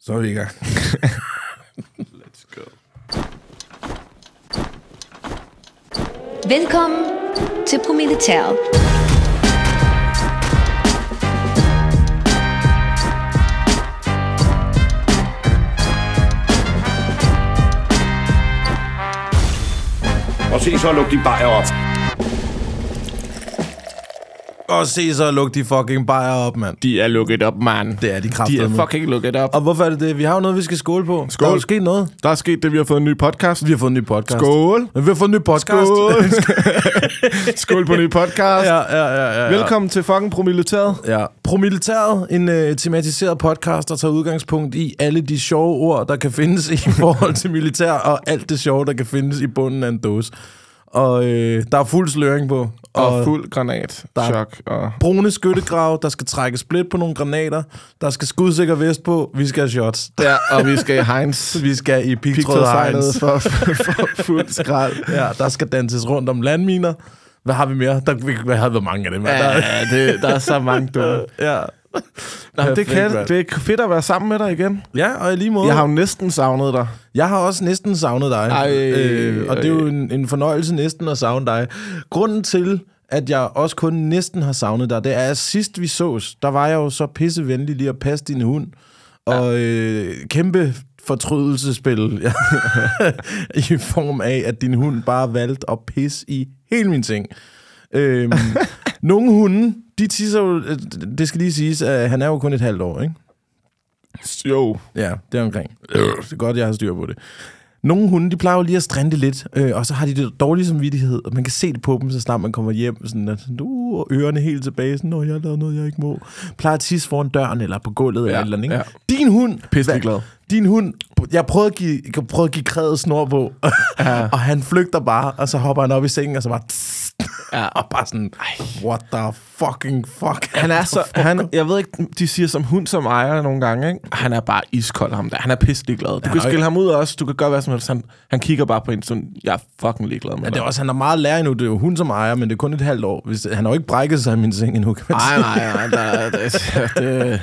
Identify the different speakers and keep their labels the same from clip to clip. Speaker 1: Så er vi i gang.
Speaker 2: Let's go.
Speaker 3: Velkommen til Promilletæret.
Speaker 4: Og se så luk de bajer op.
Speaker 1: Og se så luk de fucking bajer op, mand.
Speaker 2: De er lukket op, man.
Speaker 1: Det er de
Speaker 2: De
Speaker 1: kraftedeme.
Speaker 2: er fucking lukket op.
Speaker 1: Og hvorfor er det det? Vi har jo noget, vi skal skåle på.
Speaker 2: Skål.
Speaker 1: Der er jo sket noget.
Speaker 2: Der er sket det, vi har fået en ny podcast.
Speaker 1: Vi har fået en ny podcast.
Speaker 2: Skål.
Speaker 1: Men vi har fået en ny podcast.
Speaker 2: Skål på en ny podcast.
Speaker 1: ja, ja, ja, ja, ja.
Speaker 2: Velkommen til fucking Promilitæret.
Speaker 1: Ja. Promilitæret, en øh, tematiseret podcast, der tager udgangspunkt i alle de sjove ord, der kan findes i forhold til militær, og alt det sjove, der kan findes i bunden af en dåse. Og øh, der er fuld sløring på.
Speaker 2: Og fuld granat.
Speaker 1: Der-
Speaker 2: Chok. Og
Speaker 1: brune skyttegrav, der skal trække split på nogle granater, der skal skudsikker vest på, vi skal have shots.
Speaker 2: Ja, og vi skal i Heinz.
Speaker 1: Vi skal i pigtråd
Speaker 2: Pigtrådsejlet
Speaker 1: Heinz.
Speaker 2: for, for fuld skrald.
Speaker 1: Ja, der skal danses rundt om landminer. Hvad har vi mere? Der, vi, hvad havde vi mange af dem?
Speaker 2: Ja,
Speaker 1: der,
Speaker 2: ja, det, der er så mange dumme.
Speaker 1: ja.
Speaker 2: Nå, men det,
Speaker 1: Perfekt,
Speaker 2: kan,
Speaker 1: mand.
Speaker 2: det er fedt at være sammen med dig igen.
Speaker 1: ja, og i lige måde.
Speaker 2: Jeg har jo næsten savnet dig.
Speaker 1: Jeg har også næsten savnet dig.
Speaker 2: Ej,
Speaker 1: øh, og det er jo
Speaker 2: ej.
Speaker 1: en, en fornøjelse næsten at savne dig. Grunden til, at jeg også kun næsten har savnet dig, det er, at sidst vi sås, der var jeg jo så pissevenlig lige at passe din hund. Og øh, kæmpe fortrydelsespil i form af, at din hund bare valgte at pisse i hele min ting. Øhm, nogle hunde, de tisser jo, øh, det skal lige siges, at han er jo kun et halvt år, ikke?
Speaker 2: Jo.
Speaker 1: Ja, det er omkring. Øh, Det er godt, jeg har styr på det. Nogle hunde, de plejer jo lige at strinde lidt, øh, og så har de det dårlige samvittighed, og man kan se det på dem, så snart man kommer hjem, sådan at, uh, og ørerne helt tilbage, sådan, når jeg har lavet noget, jeg ikke må. Plejer at tisse foran døren, eller på gulvet, ja, eller et eller andet, ikke?
Speaker 2: ja.
Speaker 1: Ja. Din hund...
Speaker 2: Pisse
Speaker 1: hvad-
Speaker 2: ligeglad.
Speaker 1: Din hund... Jeg prøvede at give, jeg prøvede at give krævet snor på, ja. og han flygter bare, og så hopper han op i sengen, og så bare... Tss,
Speaker 2: Ja.
Speaker 1: og bare sådan, what the fucking fuck?
Speaker 2: Han er så... Han, jeg ved ikke, de siger som hund som ejer nogle gange, ikke? Han er bare iskold, ham der. Han er pisselig glad. Du kan
Speaker 1: er
Speaker 2: skille
Speaker 1: ikke-
Speaker 2: ham ud også. Du kan gøre hvad som helst. Han, han kigger bare på en sådan, jeg er fucking ligeglad med
Speaker 1: Ja,
Speaker 2: dig.
Speaker 1: det er også, han har meget lærer endnu. Det er jo hun, som ejer, men det er kun et halvt år. Hvis, han har jo ikke brækket sig i min seng endnu, kan man
Speaker 2: Nej,
Speaker 1: sige.
Speaker 2: nej, nej. Der, det, det,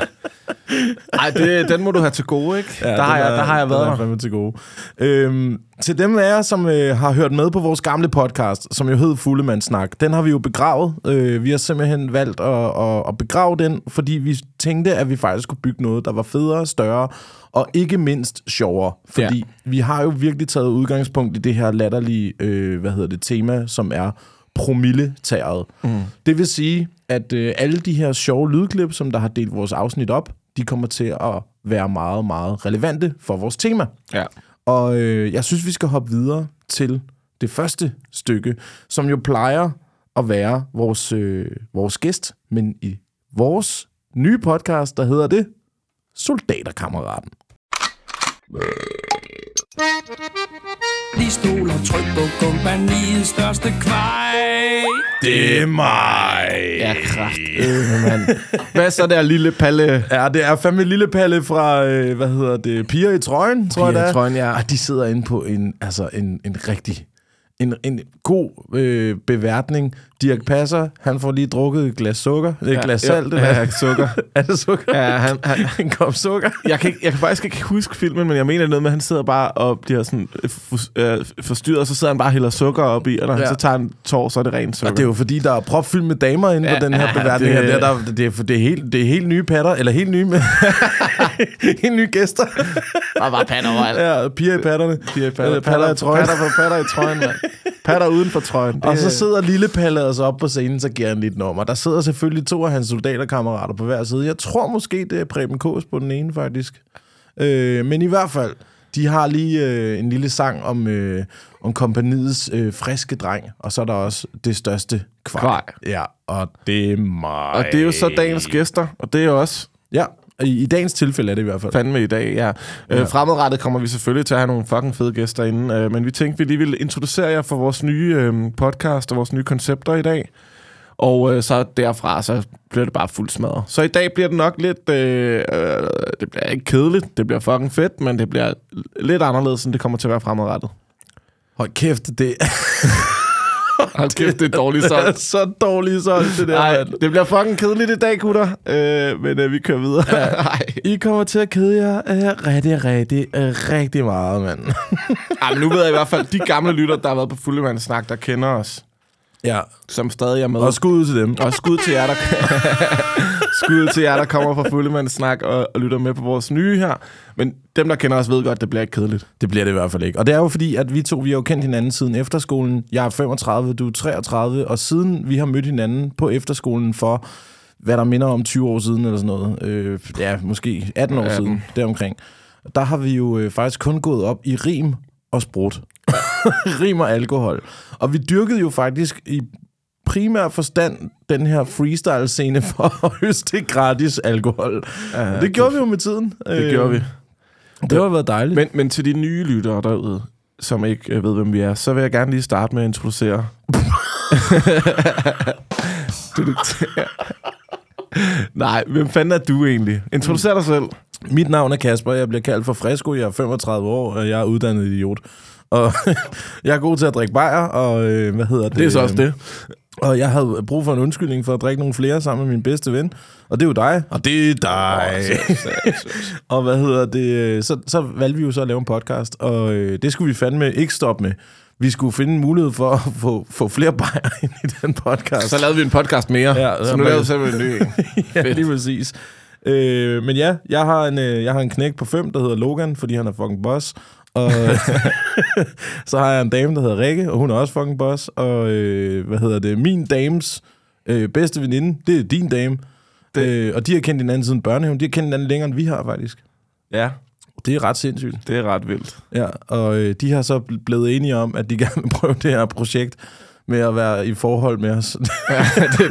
Speaker 2: ej, det, den må du have til gode, ikke? Ja, der, har
Speaker 1: den
Speaker 2: jeg,
Speaker 1: er-
Speaker 2: der har jeg
Speaker 1: den
Speaker 2: været
Speaker 1: er
Speaker 2: der.
Speaker 1: fandme til gode. Øhm, til dem af jer, som øh, har hørt med på vores gamle podcast, som jo hed Fuglemandssnak, den har vi jo begravet. Øh, vi har simpelthen valgt at, at, at begrave den, fordi vi tænkte, at vi faktisk skulle bygge noget, der var federe, større og ikke mindst sjovere. Fordi ja. vi har jo virkelig taget udgangspunkt i det her latterlige, øh, hvad hedder det, tema, som er promilletæret. Mm. Det vil sige, at øh, alle de her sjove lydklip, som der har delt vores afsnit op, de kommer til at være meget, meget relevante for vores tema.
Speaker 2: Ja.
Speaker 1: Og øh, jeg synes, vi skal hoppe videre til det første stykke, som jo plejer at være vores, øh, vores gæst, men i vores nye podcast, der hedder det Soldaterkammeraten.
Speaker 5: De stoler tryk på kompaniets største kvej.
Speaker 1: Det er mig!
Speaker 2: Ja, kraftedeme, mand. Hvad så der, lille Palle?
Speaker 1: Ja, det er fandme lille Palle fra, øh, hvad hedder det, Piger i trøjen, tror jeg
Speaker 2: Piger i
Speaker 1: det er.
Speaker 2: trøjen, ja.
Speaker 1: Og de sidder inde på en, altså en, en rigtig, en, en god øh, beværtning. Dirk Passer, han får lige drukket et glas sukker, et ja, glas
Speaker 2: ja,
Speaker 1: salt.
Speaker 2: ja,
Speaker 1: sukker. er det sukker?
Speaker 2: Ja, han, han,
Speaker 1: En kop sukker.
Speaker 2: jeg, kan ikke, jeg kan faktisk ikke huske filmen, men jeg mener noget med, at han sidder bare og bliver sådan øh, for, øh, forstyrret, og så sidder han bare og hælder sukker op i, og når ja.
Speaker 1: Ja.
Speaker 2: han så tager en tår, så er det rent sukker.
Speaker 1: Og det er jo fordi, der er propfyldt med damer inde ja,
Speaker 2: Ja,
Speaker 1: på den her
Speaker 2: ja,
Speaker 1: beværtning.
Speaker 2: det-
Speaker 1: her. Det, er der, det, er, det, er helt, det er helt nye patter, eller helt nye, helt nye gæster.
Speaker 2: bare, bare patter overalt.
Speaker 1: Ja, piger i patterne. Piger i
Speaker 2: Patter, patter, i trøjen. Patter, på- patter i trøjen, mand. Patter uden for trøjen. Det,
Speaker 1: Og så sidder Lille Palle altså op på scenen, så giver han lidt nummer. Der sidder selvfølgelig to af hans soldaterkammerater på hver side. Jeg tror måske, det er Preben Kås på den ene, faktisk. Øh, men i hvert fald, de har lige øh, en lille sang om, øh, om kompaniets øh, friske dreng. Og så er der også det største kvej.
Speaker 2: Kvej.
Speaker 1: Ja, og det er mig.
Speaker 2: og det er jo så dagens gæster, og det er jo også
Speaker 1: Ja, i, i dagens tilfælde er det i hvert fald.
Speaker 2: fandme i dag, ja. Øh, fremadrettet kommer vi selvfølgelig til at have nogle fucking fede gæster inden, øh, men vi tænkte, vi lige ville introducere jer for vores nye øh, podcast og vores nye koncepter i dag. Og øh, så derfra, så bliver det bare fuld smadret. Så i dag bliver det nok lidt... Øh, øh, det bliver ikke kedeligt, det bliver fucking fedt, men det bliver lidt anderledes, end det kommer til at være fremadrettet.
Speaker 1: Hold kæft, det...
Speaker 2: Hold kæft, det er dårligt
Speaker 1: Det er
Speaker 2: solgt.
Speaker 1: så dårligt solgt, det der.
Speaker 2: Nej,
Speaker 1: mand.
Speaker 2: det bliver fucking kedeligt i dag, gutter. Øh, men øh, vi kører videre. Nej.
Speaker 1: I kommer til at kede jer øh, rigtig, rigtig, øh, rigtig meget, mand.
Speaker 2: Ej, men nu ved jeg i hvert fald, de gamle lytter, der har været på Fuldemands Snak, der kender os,
Speaker 1: ja.
Speaker 2: som stadig er med.
Speaker 1: Og skud ud til dem.
Speaker 2: Og skud til jer, der, skud til jer, der kommer fra Fuldemands Snak og, og lytter med på vores nye her. Men dem, der kender os, ved godt, det bliver ikke kedeligt.
Speaker 1: Det bliver det i hvert fald ikke. Og det er jo fordi, at vi to, vi har jo kendt hinanden siden efterskolen. Jeg er 35, du er 33, og siden vi har mødt hinanden på efterskolen for, hvad der minder om 20 år siden eller sådan noget, øh, ja, måske 18 år 18.
Speaker 2: 18.
Speaker 1: siden, deromkring, der har vi jo øh, faktisk kun gået op i rim og sprut. rim og alkohol. Og vi dyrkede jo faktisk i primær forstand den her freestyle-scene for at høste gratis alkohol. Ja, det gjorde vi jo med tiden.
Speaker 2: Det gjorde vi.
Speaker 1: Det har været dejligt.
Speaker 2: Men, men til de nye lyttere derude, som ikke øh, ved, hvem vi er, så vil jeg gerne lige starte med at introducere... Du- du- Nej, hvem fanden er du egentlig? Introducer dig selv.
Speaker 1: Mit navn er Kasper, jeg bliver kaldt for Fresco, jeg er 35 år, og jeg er uddannet idiot. Og jeg er god til at drikke bajer, og øh, hvad hedder det?
Speaker 2: Det er så også det.
Speaker 1: Og jeg havde brug for en undskyldning for at drikke nogle flere sammen med min bedste ven, og det er jo dig. Og det er dig. og hvad hedder det? øh, Så, så valgte vi jo så at lave en podcast, og øh, det skulle vi fandme ikke stoppe med. Vi skulle finde en mulighed for at få, få flere bajer ind i den podcast.
Speaker 2: Så lavede vi en podcast mere.
Speaker 1: Ja,
Speaker 2: Ja, så nu
Speaker 1: men-
Speaker 2: lavede vi simpelthen en ny. en.
Speaker 1: ja, lige præcis. Øh, men ja, jeg har, en, øh, jeg har en knæk på fem, der hedder Logan, fordi han er fucking boss. Og så har jeg en dame, der hedder Rikke, og hun er også fucking boss. Og øh, hvad hedder det? Min dames øh, bedste veninde, det er din dame. Det. Øh, og de har kendt hinanden siden børnehaven. De har kendt hinanden længere, end vi har faktisk.
Speaker 2: Ja,
Speaker 1: Det er ret sindssygt.
Speaker 2: det er ret vildt.
Speaker 1: Ja, og øh, de har så bl- blevet enige om, at de gerne vil prøve det her projekt med at være i forhold med os.
Speaker 2: det,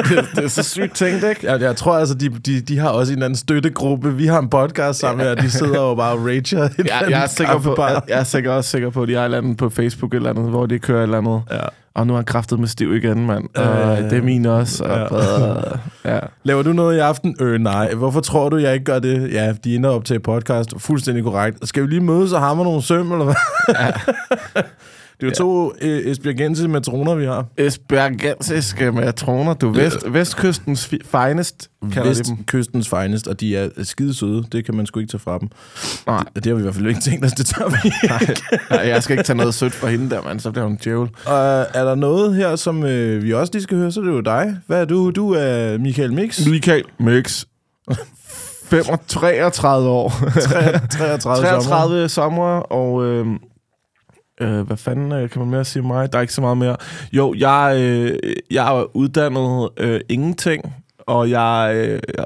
Speaker 2: det, det er så sygt tænkt, ikke?
Speaker 1: Jeg, jeg tror altså, de, de, de har også en eller anden støttegruppe. Vi har en podcast sammen, og de sidder jo bare og rager. et eller
Speaker 2: Jeg,
Speaker 1: andet
Speaker 2: jeg, er sikker på,
Speaker 1: kaffebar.
Speaker 2: jeg, jeg er sikker, også sikker på, at de har et eller andet på Facebook et eller andet, hvor de kører et eller andet.
Speaker 1: Ja.
Speaker 2: Og nu har han kraftet med stiv igen, mand. Og
Speaker 1: Øh,
Speaker 2: det er min også. Og, ja.
Speaker 1: Laver du noget i aften? Øh, nej. Hvorfor tror du, jeg ikke gør det? Ja, de ender op til podcast. Fuldstændig korrekt. Skal vi lige mødes og hamre nogle søm, eller hvad? det er jo to øh, Esbjergense matroner, vi har.
Speaker 2: Esbjergensiske matroner, du. Vest, vestkystens fi, finest, kalder Øh. Vest. de dem.
Speaker 1: Vestkystens finest, og de er skide søde. Det kan man sgu ikke tage fra dem.
Speaker 2: Nej.
Speaker 1: Det har vi i hvert fald ikke tænkt os, det tør vi ikke.
Speaker 2: Nej, jeg skal ikke tage noget sødt fra hende der, mand. Så bliver hun en djævel.
Speaker 1: Og er der noget her, som øh, vi også lige skal høre, så er det jo dig. Hvad er du? Du er Michael Mix.
Speaker 2: Michael Mix. 33 år.
Speaker 1: 33, 33.
Speaker 2: 33 sommer, og øh, øh, hvad fanden øh, kan man mere sige om mig? Der er ikke så meget mere. Jo, jeg, øh, jeg er uddannet øh, ingenting, og jeg, øh, jeg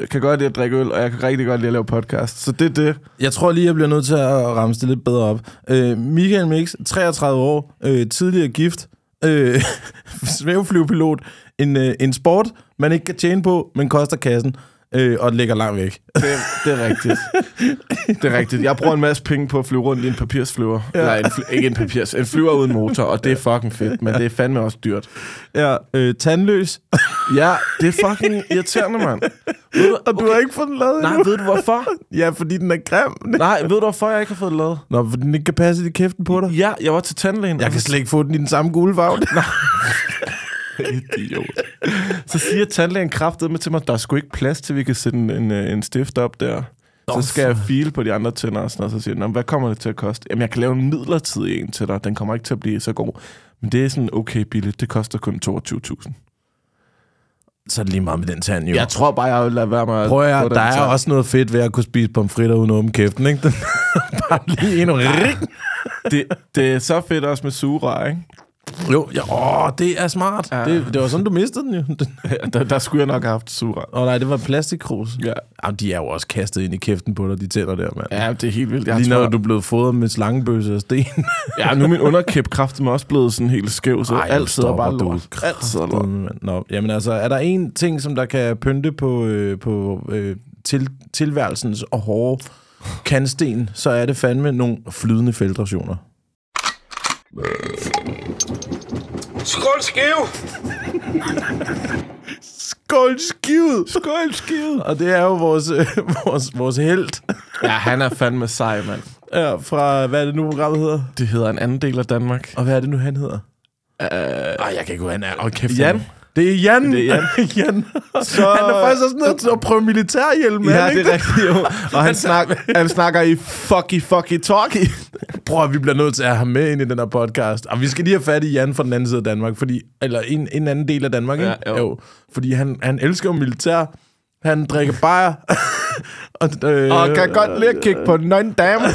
Speaker 2: øh, kan godt lide at drikke øl, og jeg kan rigtig godt lide at lave podcast. Så det er det.
Speaker 1: Jeg tror lige, jeg bliver nødt til at ramse det lidt bedre op. Øh, Michael Mix, 33 år, øh, tidligere gift, øh, svæveflyvepilot, en, øh, en sport, man ikke kan tjene på, men koster kassen, øh, og ligger langt væk.
Speaker 2: Det, det er rigtigt. Det er rigtigt. Jeg bruger en masse penge på at flyve rundt i en papirsflyver. Ja. Eller en fly, ikke en papirs, en flyver uden motor, og det er fucking fedt, men det er fandme også dyrt.
Speaker 1: Ja, øh, tandløs.
Speaker 2: Ja, det er fucking irriterende, mand. Ved du,
Speaker 1: Og du har ikke fået den lavet
Speaker 2: nej,
Speaker 1: endnu.
Speaker 2: ved du hvorfor?
Speaker 1: Ja, fordi den er grim.
Speaker 2: Nej, ved du hvorfor jeg ikke har fået det lavet?
Speaker 1: Nå, fordi den ikke kan passe i kæften på dig.
Speaker 2: Ja, jeg var til tandlægen.
Speaker 1: Jeg
Speaker 2: og
Speaker 1: kan
Speaker 2: så-
Speaker 1: slet ikke få den i den samme gule farve.
Speaker 2: Idiot. Så siger tandlægen kraftedeme til mig, der er sgu ikke plads til, vi kan sætte en, en, øh, en stift op der. Så skal jeg file på de andre tænder og sådan noget, så siger den, "Nå, men hvad kommer det til at koste? Jamen, jeg kan lave en midlertidig en til dig, den kommer ikke til at blive så god. Men det er sådan okay billigt, det koster kun 22.000.
Speaker 1: Så er det lige meget med den tand, jo.
Speaker 2: Jeg tror bare, jeg vil lade være med at
Speaker 1: Prøv at
Speaker 2: få
Speaker 1: høre,
Speaker 2: den
Speaker 1: der er
Speaker 2: tand.
Speaker 1: også noget fedt ved at kunne spise pomfritter uden at åbne kæften, ikke? Den bare lige endnu.
Speaker 2: Det, det er så fedt også med sura, ikke?
Speaker 1: Jo, ja, åh, det er smart. Ja. Det, det, var sådan, du mistede den jo. Den-
Speaker 2: Der, der skulle jeg nok have haft sura.
Speaker 1: Åh oh, nej, det var plastikkrus.
Speaker 2: Ja.
Speaker 1: Jamen, de er jo også kastet ind i kæften på dig, de tænder der, mand.
Speaker 2: Ja, det er helt vildt. Jeg
Speaker 1: Lige
Speaker 2: tror-
Speaker 1: når du er blevet fodret med slangebøsse og sten.
Speaker 2: Ja, nu er min underkæb kraftedeme også blevet sådan helt skæv, så
Speaker 1: Ej,
Speaker 2: Ej,
Speaker 1: nu
Speaker 2: alt sidder
Speaker 1: stopper
Speaker 2: bare
Speaker 1: du.
Speaker 2: lort. Alt sidder lort.
Speaker 1: Sådan, mand. Nå, jamen altså, er der en ting, som der kan pynte på, øh, på øh, til, tilværelsens og hårde kantsten, så er det fandme nogle flydende feltrationer.
Speaker 4: Skål skæv!
Speaker 1: Skål skivet! Skål skivet! Og det er jo vores, øh, vores, vores held
Speaker 2: Ja, han er fandme sej, mand.
Speaker 1: ja, fra, hvad er det nu, programmet hedder?
Speaker 2: Det hedder en anden del af Danmark.
Speaker 1: Og hvad er det nu, han hedder? Øh, Ej, jeg kan ikke gå, han er. Og kæft,
Speaker 2: Jan?
Speaker 1: han- Det er Jan.
Speaker 2: Det er
Speaker 1: Jan. Så... Han er faktisk også nødt til at prøve militærhjelm. er
Speaker 2: Ja,
Speaker 1: han
Speaker 2: det
Speaker 1: ikke
Speaker 2: er rigtigt, jo. Og han, snak, han snakker i fucky, fucky,
Speaker 1: Øh.
Speaker 2: talky.
Speaker 1: Prøv at vi bliver nødt til at have med ind i den her podcast. Og vi skal lige have fat i Jan fra den anden side af Danmark, fordi, eller en, en anden del af Danmark,
Speaker 2: Ja,
Speaker 1: ikke?
Speaker 2: jo.
Speaker 1: Fordi han, han elsker jo militær. Han drikker bajer. og, øh,
Speaker 2: Og kan godt lide at kigge på nøgne damer.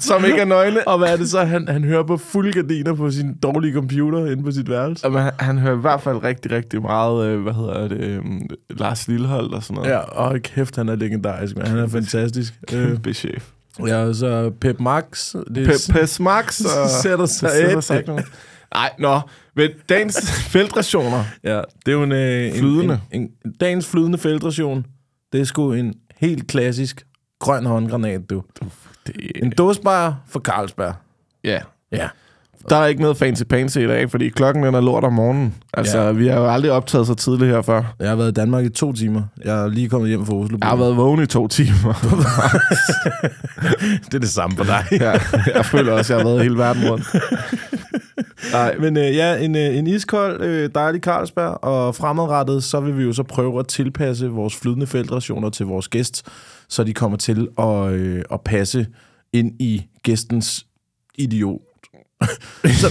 Speaker 2: som ikke er nøgne.
Speaker 1: og hvad er det så? Han, han hører på fulde gardiner på sin dårlige computer inde på sit værelse.
Speaker 2: Og han, han hører i hvert fald rigtig, rigtig meget, øh, hvad hedder det, øh, Lars Lillehold og sådan noget.
Speaker 1: Ja, og kæft, han er legendarisk, man. Han er fantastisk. Øh,
Speaker 2: Kæmpe chef.
Speaker 1: ja, og så Pep Max. Det er
Speaker 2: Pe- Pes Max og...
Speaker 1: Sætter sig
Speaker 2: sætter
Speaker 1: et.
Speaker 2: sig ikke nogen. Nej, nå. Men dagens feltrationer.
Speaker 1: Ja, det er jo en, øh, en-
Speaker 2: Flydende.
Speaker 1: En, en, dagens flydende feltration. Det er sgu en helt klassisk grøn håndgranat, du.
Speaker 2: Det,
Speaker 1: En dåsbajer for Carlsberg.
Speaker 2: ja.
Speaker 1: Ja.
Speaker 2: Der er ikke noget fancy pansy i dag, fordi klokken den er lort om morgenen. Altså,
Speaker 1: Ja.
Speaker 2: ja. vi har jo aldrig optaget så tidligt herfør.
Speaker 1: Jeg har været i Danmark i to timer. Jeg er lige kommet hjem fra Oslo.
Speaker 2: Jeg har været vågen i to timer.
Speaker 1: Det er det samme for dig.
Speaker 2: ja, jeg føler også, at jeg har været hele verden rundt. Nej,
Speaker 1: Men øh, ja, en, øh, en iskold, øh, dejlig Carlsberg, og fremadrettet, så vil vi jo så prøve at tilpasse vores flydende feltrationer til vores gæst, så de kommer til at, øh, at passe ind i gæstens idiot. så,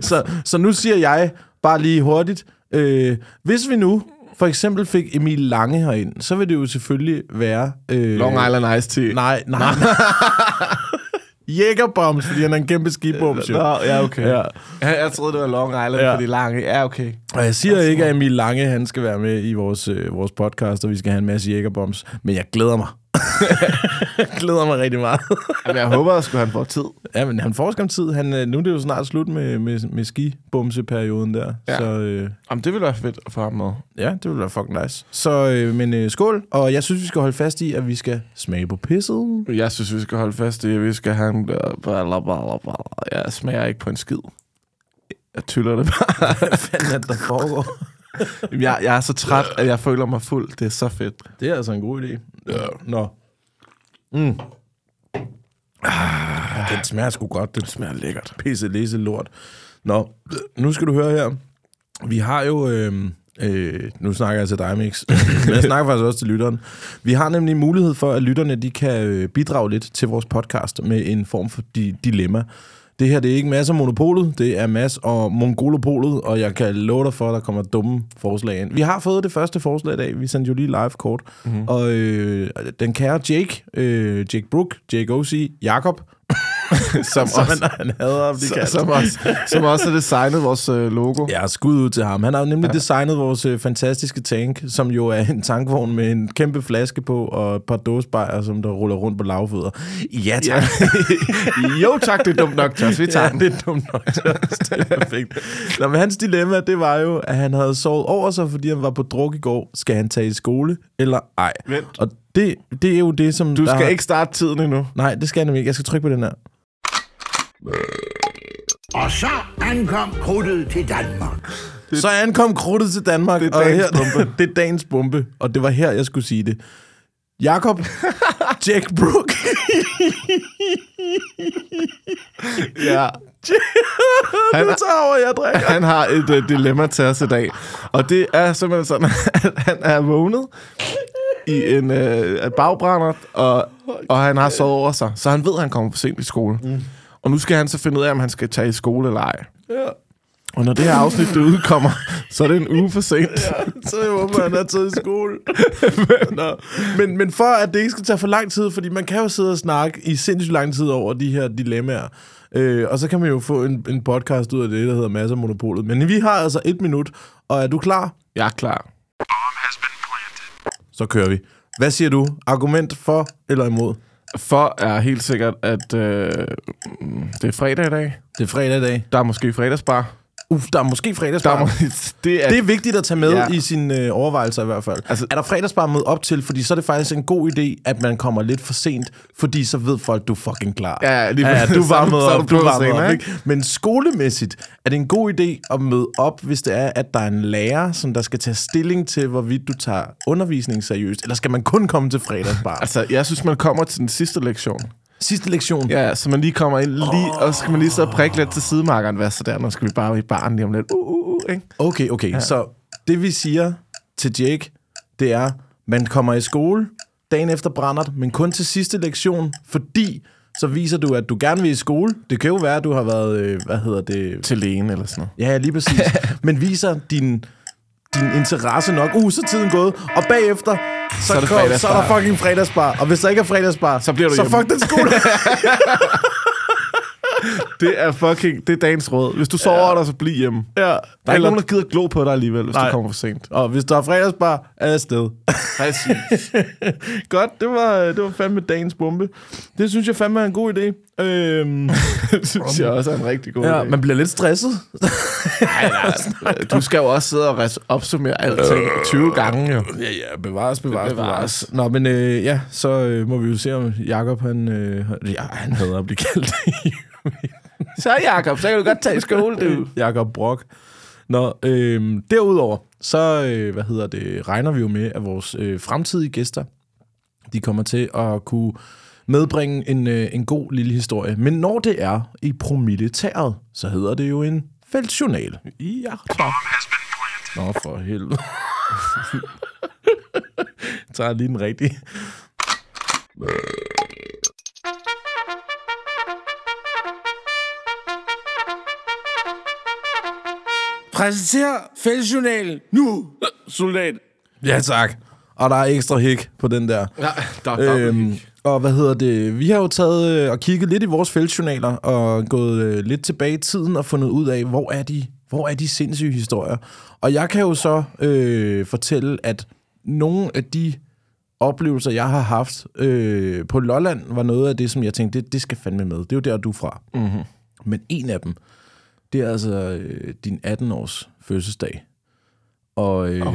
Speaker 1: så, så nu siger jeg bare lige hurtigt, øh, hvis vi nu for eksempel fik Emil Lange herind, så vil det jo selvfølgelig være... Øh,
Speaker 2: Long Island Ice Tea.
Speaker 1: Nej, nej. Jægerbombs, fordi han er en kæmpe skibums, jo.
Speaker 2: Nå, ja, okay.
Speaker 1: Ja.
Speaker 2: Ja, jeg troede, det var Long Island,
Speaker 1: Ja.
Speaker 2: ja. fordi lange. Ja, okay.
Speaker 1: Og jeg siger ikke, at Emil Lange han skal være med i vores, øh, vores podcast, og vi skal have en masse jækkerbombs, men jeg glæder mig. jeg glæder mig rigtig meget.
Speaker 2: Jamen, jeg håber, at han får tid.
Speaker 1: ja, men han får skam tid. Han, øh, nu er det jo snart slut med, med, med skibumseperioden der. Ja.
Speaker 2: Ja.
Speaker 1: Så øh,
Speaker 2: Jamen, det ville være fedt at få ham med.
Speaker 1: ja, det ville være fucking nice. Så, øh, men øh, skål, og jeg synes, vi skal holde fast i, at vi skal smage på pisset.
Speaker 2: Jeg synes, vi skal holde fast i, at vi skal have en... Jeg smager ikke på en skid. Jeg tyller det bare.
Speaker 1: Hvad er det, der foregår?
Speaker 2: Jamen, Jeg, jeg er så træt, at jeg føler mig fuld. Det er så fedt.
Speaker 1: Det er altså en god idé. Ja. Nå. Mm. Ah, den smager sgu godt. Den smager lækkert. Pisse læse lort. Nå, nu skal du høre her. Vi har jo... Øh, øh, nu snakker jeg til dig, Mix. Men jeg snakker faktisk også til lytteren. Vi har nemlig mulighed for, at lytterne de kan øh, bidrage lidt til vores podcast med en form for di- dilemma. Det her det er ikke Mads og Monopolet, det er Mads og Mongolopolet, og jeg kan love dig for, at der kommer dumme forslag ind. Vi har fået det første forslag i dag, vi sendte jo lige live-kort, mm-hmm. og øh, den kære Jake, øh, Jake Brook, Jake O.C., Jakob,
Speaker 2: Som,
Speaker 1: som han, han hader at blive
Speaker 2: som,
Speaker 1: kaldt.
Speaker 2: som, også, som også har designet vores øh, logo.
Speaker 1: Ja, skud ud til ham. Han har jo nemlig ja. designet vores øh, fantastiske tank, som jo er en tankvogn med en kæmpe flaske på og et par dåsebajer, som der ruller rundt på lavfødder. Ja, tak. Ja.
Speaker 2: Jo tak, det er dumt nok, Tørs. Vi tager
Speaker 1: Ja,
Speaker 2: den.
Speaker 1: det er dumt nok. Det er perfekt. Nå, men hans dilemma, det var jo, at han havde sovet over sig, fordi han var på druk i går. Skal han tage i skole eller ej?
Speaker 2: Vent.
Speaker 1: Og det, det er jo det, som...
Speaker 2: Du
Speaker 1: der
Speaker 2: skal
Speaker 1: har-
Speaker 2: ikke starte tiden endnu.
Speaker 1: Nej, det skal jeg nemlig ikke. Jeg skal trykke på den her.
Speaker 6: Og så ankom krudtet til Danmark.
Speaker 1: Så ankom krudtet til Danmark.
Speaker 2: Det er
Speaker 1: og
Speaker 2: dagens
Speaker 1: her, bombe. det er dagens bombe, og det var her, jeg skulle sige det. Jakob Jack Brook.
Speaker 2: Ja.
Speaker 1: Han
Speaker 2: Han-
Speaker 1: du tager over, jeg drikker.
Speaker 2: Han har et øh, dilemma til os i dag. Og det er simpelthen sådan, at han er vågnet i en øh, bagbrænder, og, og han har sovet over sig. Så han ved, at han kommer for sent i skole. Mm. Og nu skal han så finde ud af, om han skal tage i skole eller ej. Ja. Og når det her afsnit det udkommer, så er det en uge for sent. Ja.
Speaker 1: Så jeg håber, han er taget i skole. Nå. men, men for at det ikke skal tage for lang tid, fordi man kan jo sidde og snakke i sindssygt lang tid over de her dilemmaer. Øh, og så kan man jo få en, en podcast ud af det, der hedder Masser af Monopolet. Men vi har altså et minut, og er du klar?
Speaker 2: Jeg er klar.
Speaker 1: Så kører vi. Hvad siger du? Argument for eller imod?
Speaker 2: For er helt sikkert, at øh, mm, det er fredag i dag.
Speaker 1: Det er fredag i dag.
Speaker 2: Der er måske fredagsbar.
Speaker 1: Uff, der er måske
Speaker 2: Der
Speaker 1: fredagsbar.
Speaker 2: er, må- det er,
Speaker 1: Det er vigtigt at tage med ja.
Speaker 2: Ja.
Speaker 1: i sine øh, overvejelser i hvert fald. Altså,
Speaker 2: Altså-
Speaker 1: er der fredagsbar med op til? Fordi så er det faktisk en god idé, at man kommer lidt for sent, fordi så ved folk, du er fucking klar.
Speaker 2: Ja, ja, lige
Speaker 1: ja, ja
Speaker 2: præcis.
Speaker 1: du
Speaker 2: Så er
Speaker 1: var
Speaker 2: du-
Speaker 1: med
Speaker 2: så er du
Speaker 1: op, du
Speaker 2: blevet
Speaker 1: var med
Speaker 2: senere,
Speaker 1: op.
Speaker 2: ikke?
Speaker 1: Ikke? Men skolemæssigt er det en god idé at møde op, hvis det er, at der er en lærer, som der skal tage stilling til, hvorvidt du tager undervisning seriøst. Eller skal man kun komme til fredagsbar?
Speaker 2: Altså, jeg synes, man kommer til den sidste lektion.
Speaker 1: Sidste lektion.
Speaker 2: Ja, så man lige kommer ind lige, og så skal man lige så prikke lidt til sidemarkeren. Hvad så der? Nu skal vi bare i baren lige om lidt. Uh, uh, uh, ikke?
Speaker 1: Okay, okay. Ja. Så det vi siger til Jake, det er, man kommer i skole, dagen efter brænder det, men kun til sidste lektion, fordi så viser du, at du gerne vil i skole. Det kan jo være, at du har været, øh, hvad hedder det,
Speaker 2: Til lægen eller sådan noget.
Speaker 1: Ja, lige præcis. Men viser din, din interesse nok. Uh, så er tiden gået. Og bagefter, så, så,
Speaker 2: er
Speaker 1: er,
Speaker 2: det
Speaker 1: kom, så er der
Speaker 2: fredagsbar.
Speaker 1: fucking fredagsbar. Og hvis der ikke er fredagsbar, så
Speaker 2: bliver du
Speaker 1: Så
Speaker 2: hjemme.
Speaker 1: fuck den skole.
Speaker 2: Det er fucking, det er dagens råd. Hvis du sover ja. dig, så bliv hjemme. Der
Speaker 1: ja.
Speaker 2: er ikke
Speaker 1: Eller,
Speaker 2: nogen, der gider glo på dig alligevel, hvis Nej.
Speaker 1: Nej.
Speaker 2: du kommer for sent.
Speaker 1: og hvis der er fredagsbar, er jeg sted. Godt, det var, det var fandme dagens bombe. Det synes jeg fandme er en god idé. Øhm,
Speaker 2: det synes jeg også er en rigtig god
Speaker 1: ja,
Speaker 2: ja, idé.
Speaker 1: man bliver lidt stresset.
Speaker 2: altså, Du skal jo også sidde og res- opsummere alting 20 gange, jo.
Speaker 1: Ja, ja, bevares, bevares,
Speaker 2: Bevares.
Speaker 1: Nå, men øh, ja, så øh, må vi jo se, om Jacob, han, øh, ja, han havde at blive kaldt
Speaker 2: Så Jacob, så kan du godt tage i skole, du.
Speaker 1: Jakob Øh, Brock. Nå, øh, derudover, så øh, hvad hedder det, regner vi jo med, at vores øh, fremtidige gæster, de kommer til at kunne medbringe en, øh, en god lille historie. Men når det er i promilletæret, så hedder det jo en feltjournal.
Speaker 2: Ja,
Speaker 1: Nå, for helvede. Jeg tager lige den rigtige.
Speaker 5: Præsenter fællesjournalen nu, soldat.
Speaker 1: Ja, tak. Og der er ekstra hæk på den der.
Speaker 2: der er
Speaker 1: Øhm, og hvad hedder det? Vi har jo taget øh, og kigget lidt i vores fællesjournaler og gået øh, lidt tilbage i tiden og fundet ud af, hvor er de, hvor er de sindssyge historier. Og jeg kan jo så øh, fortælle, at nogle af de oplevelser, jeg har haft øh, på Lolland, var noget af det, som jeg tænkte, det, det skal fandme med. Det er jo der, du er fra. Mm-hmm. Men en af dem, det er altså øh, din 18-års fødselsdag. Og øh, oh,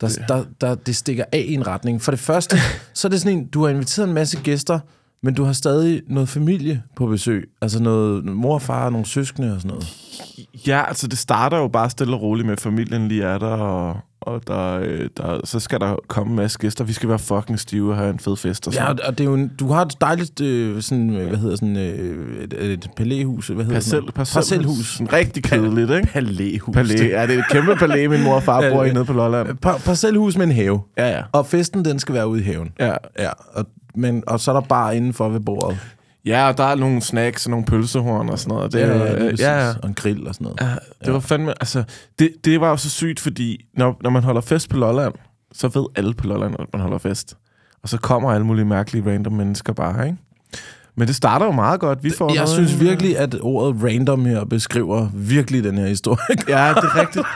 Speaker 1: der, det. Der, der, det stikker af i en retning. For det første, så er det sådan en, du har inviteret en masse gæster, men du har stadig noget familie på besøg. Altså noget mor og far og nogle søskende og sådan noget.
Speaker 2: Ja, altså det starter jo bare stille og roligt med, at familien lige er der, og, og der, øh, der, så skal der komme en masse gæster. Vi skal være fucking stive og have en fed fest og
Speaker 1: Ja,
Speaker 2: sådan
Speaker 1: og- og det er jo en, du har et dejligt, øh, sådan, øh, hvad hedder sådan, øh, et, et palæhus, hvad hedder sådan
Speaker 2: Parcel,
Speaker 1: noget?
Speaker 2: parcelhus.
Speaker 1: Parcelhus.
Speaker 2: Sådan rigtig kedeligt, ikke?
Speaker 1: Palæhus.
Speaker 2: Palæ. Ja, det er et kæmpe palæ, min mor og far bor i nede på Lolland.
Speaker 1: Pa- parcelhus med en have.
Speaker 2: Ja, ja.
Speaker 1: Og festen, den skal være ude i haven.
Speaker 2: Ja.
Speaker 1: ja og, men, og så er der bare indenfor ved bordet.
Speaker 2: Ja, og der er nogle snacks og nogle pølsehorn og sådan noget. Det, er-
Speaker 1: Øh,
Speaker 2: øh,
Speaker 1: lige præcis.
Speaker 2: ja, ja.
Speaker 1: Og en grill og sådan noget.
Speaker 2: Ja, det var fandme... Altså, det, det var jo så sygt, fordi når, når man holder fest på Lolland, så ved alle på Lolland, at man holder fest. Og så kommer alle mulige mærkelige random mennesker bare, ikke? Men det starter jo meget godt. Vi får
Speaker 1: Jeg
Speaker 2: noget,
Speaker 1: synes virkelig, at ordet random her beskriver virkelig den her historie.
Speaker 2: Ja, det er rigtigt.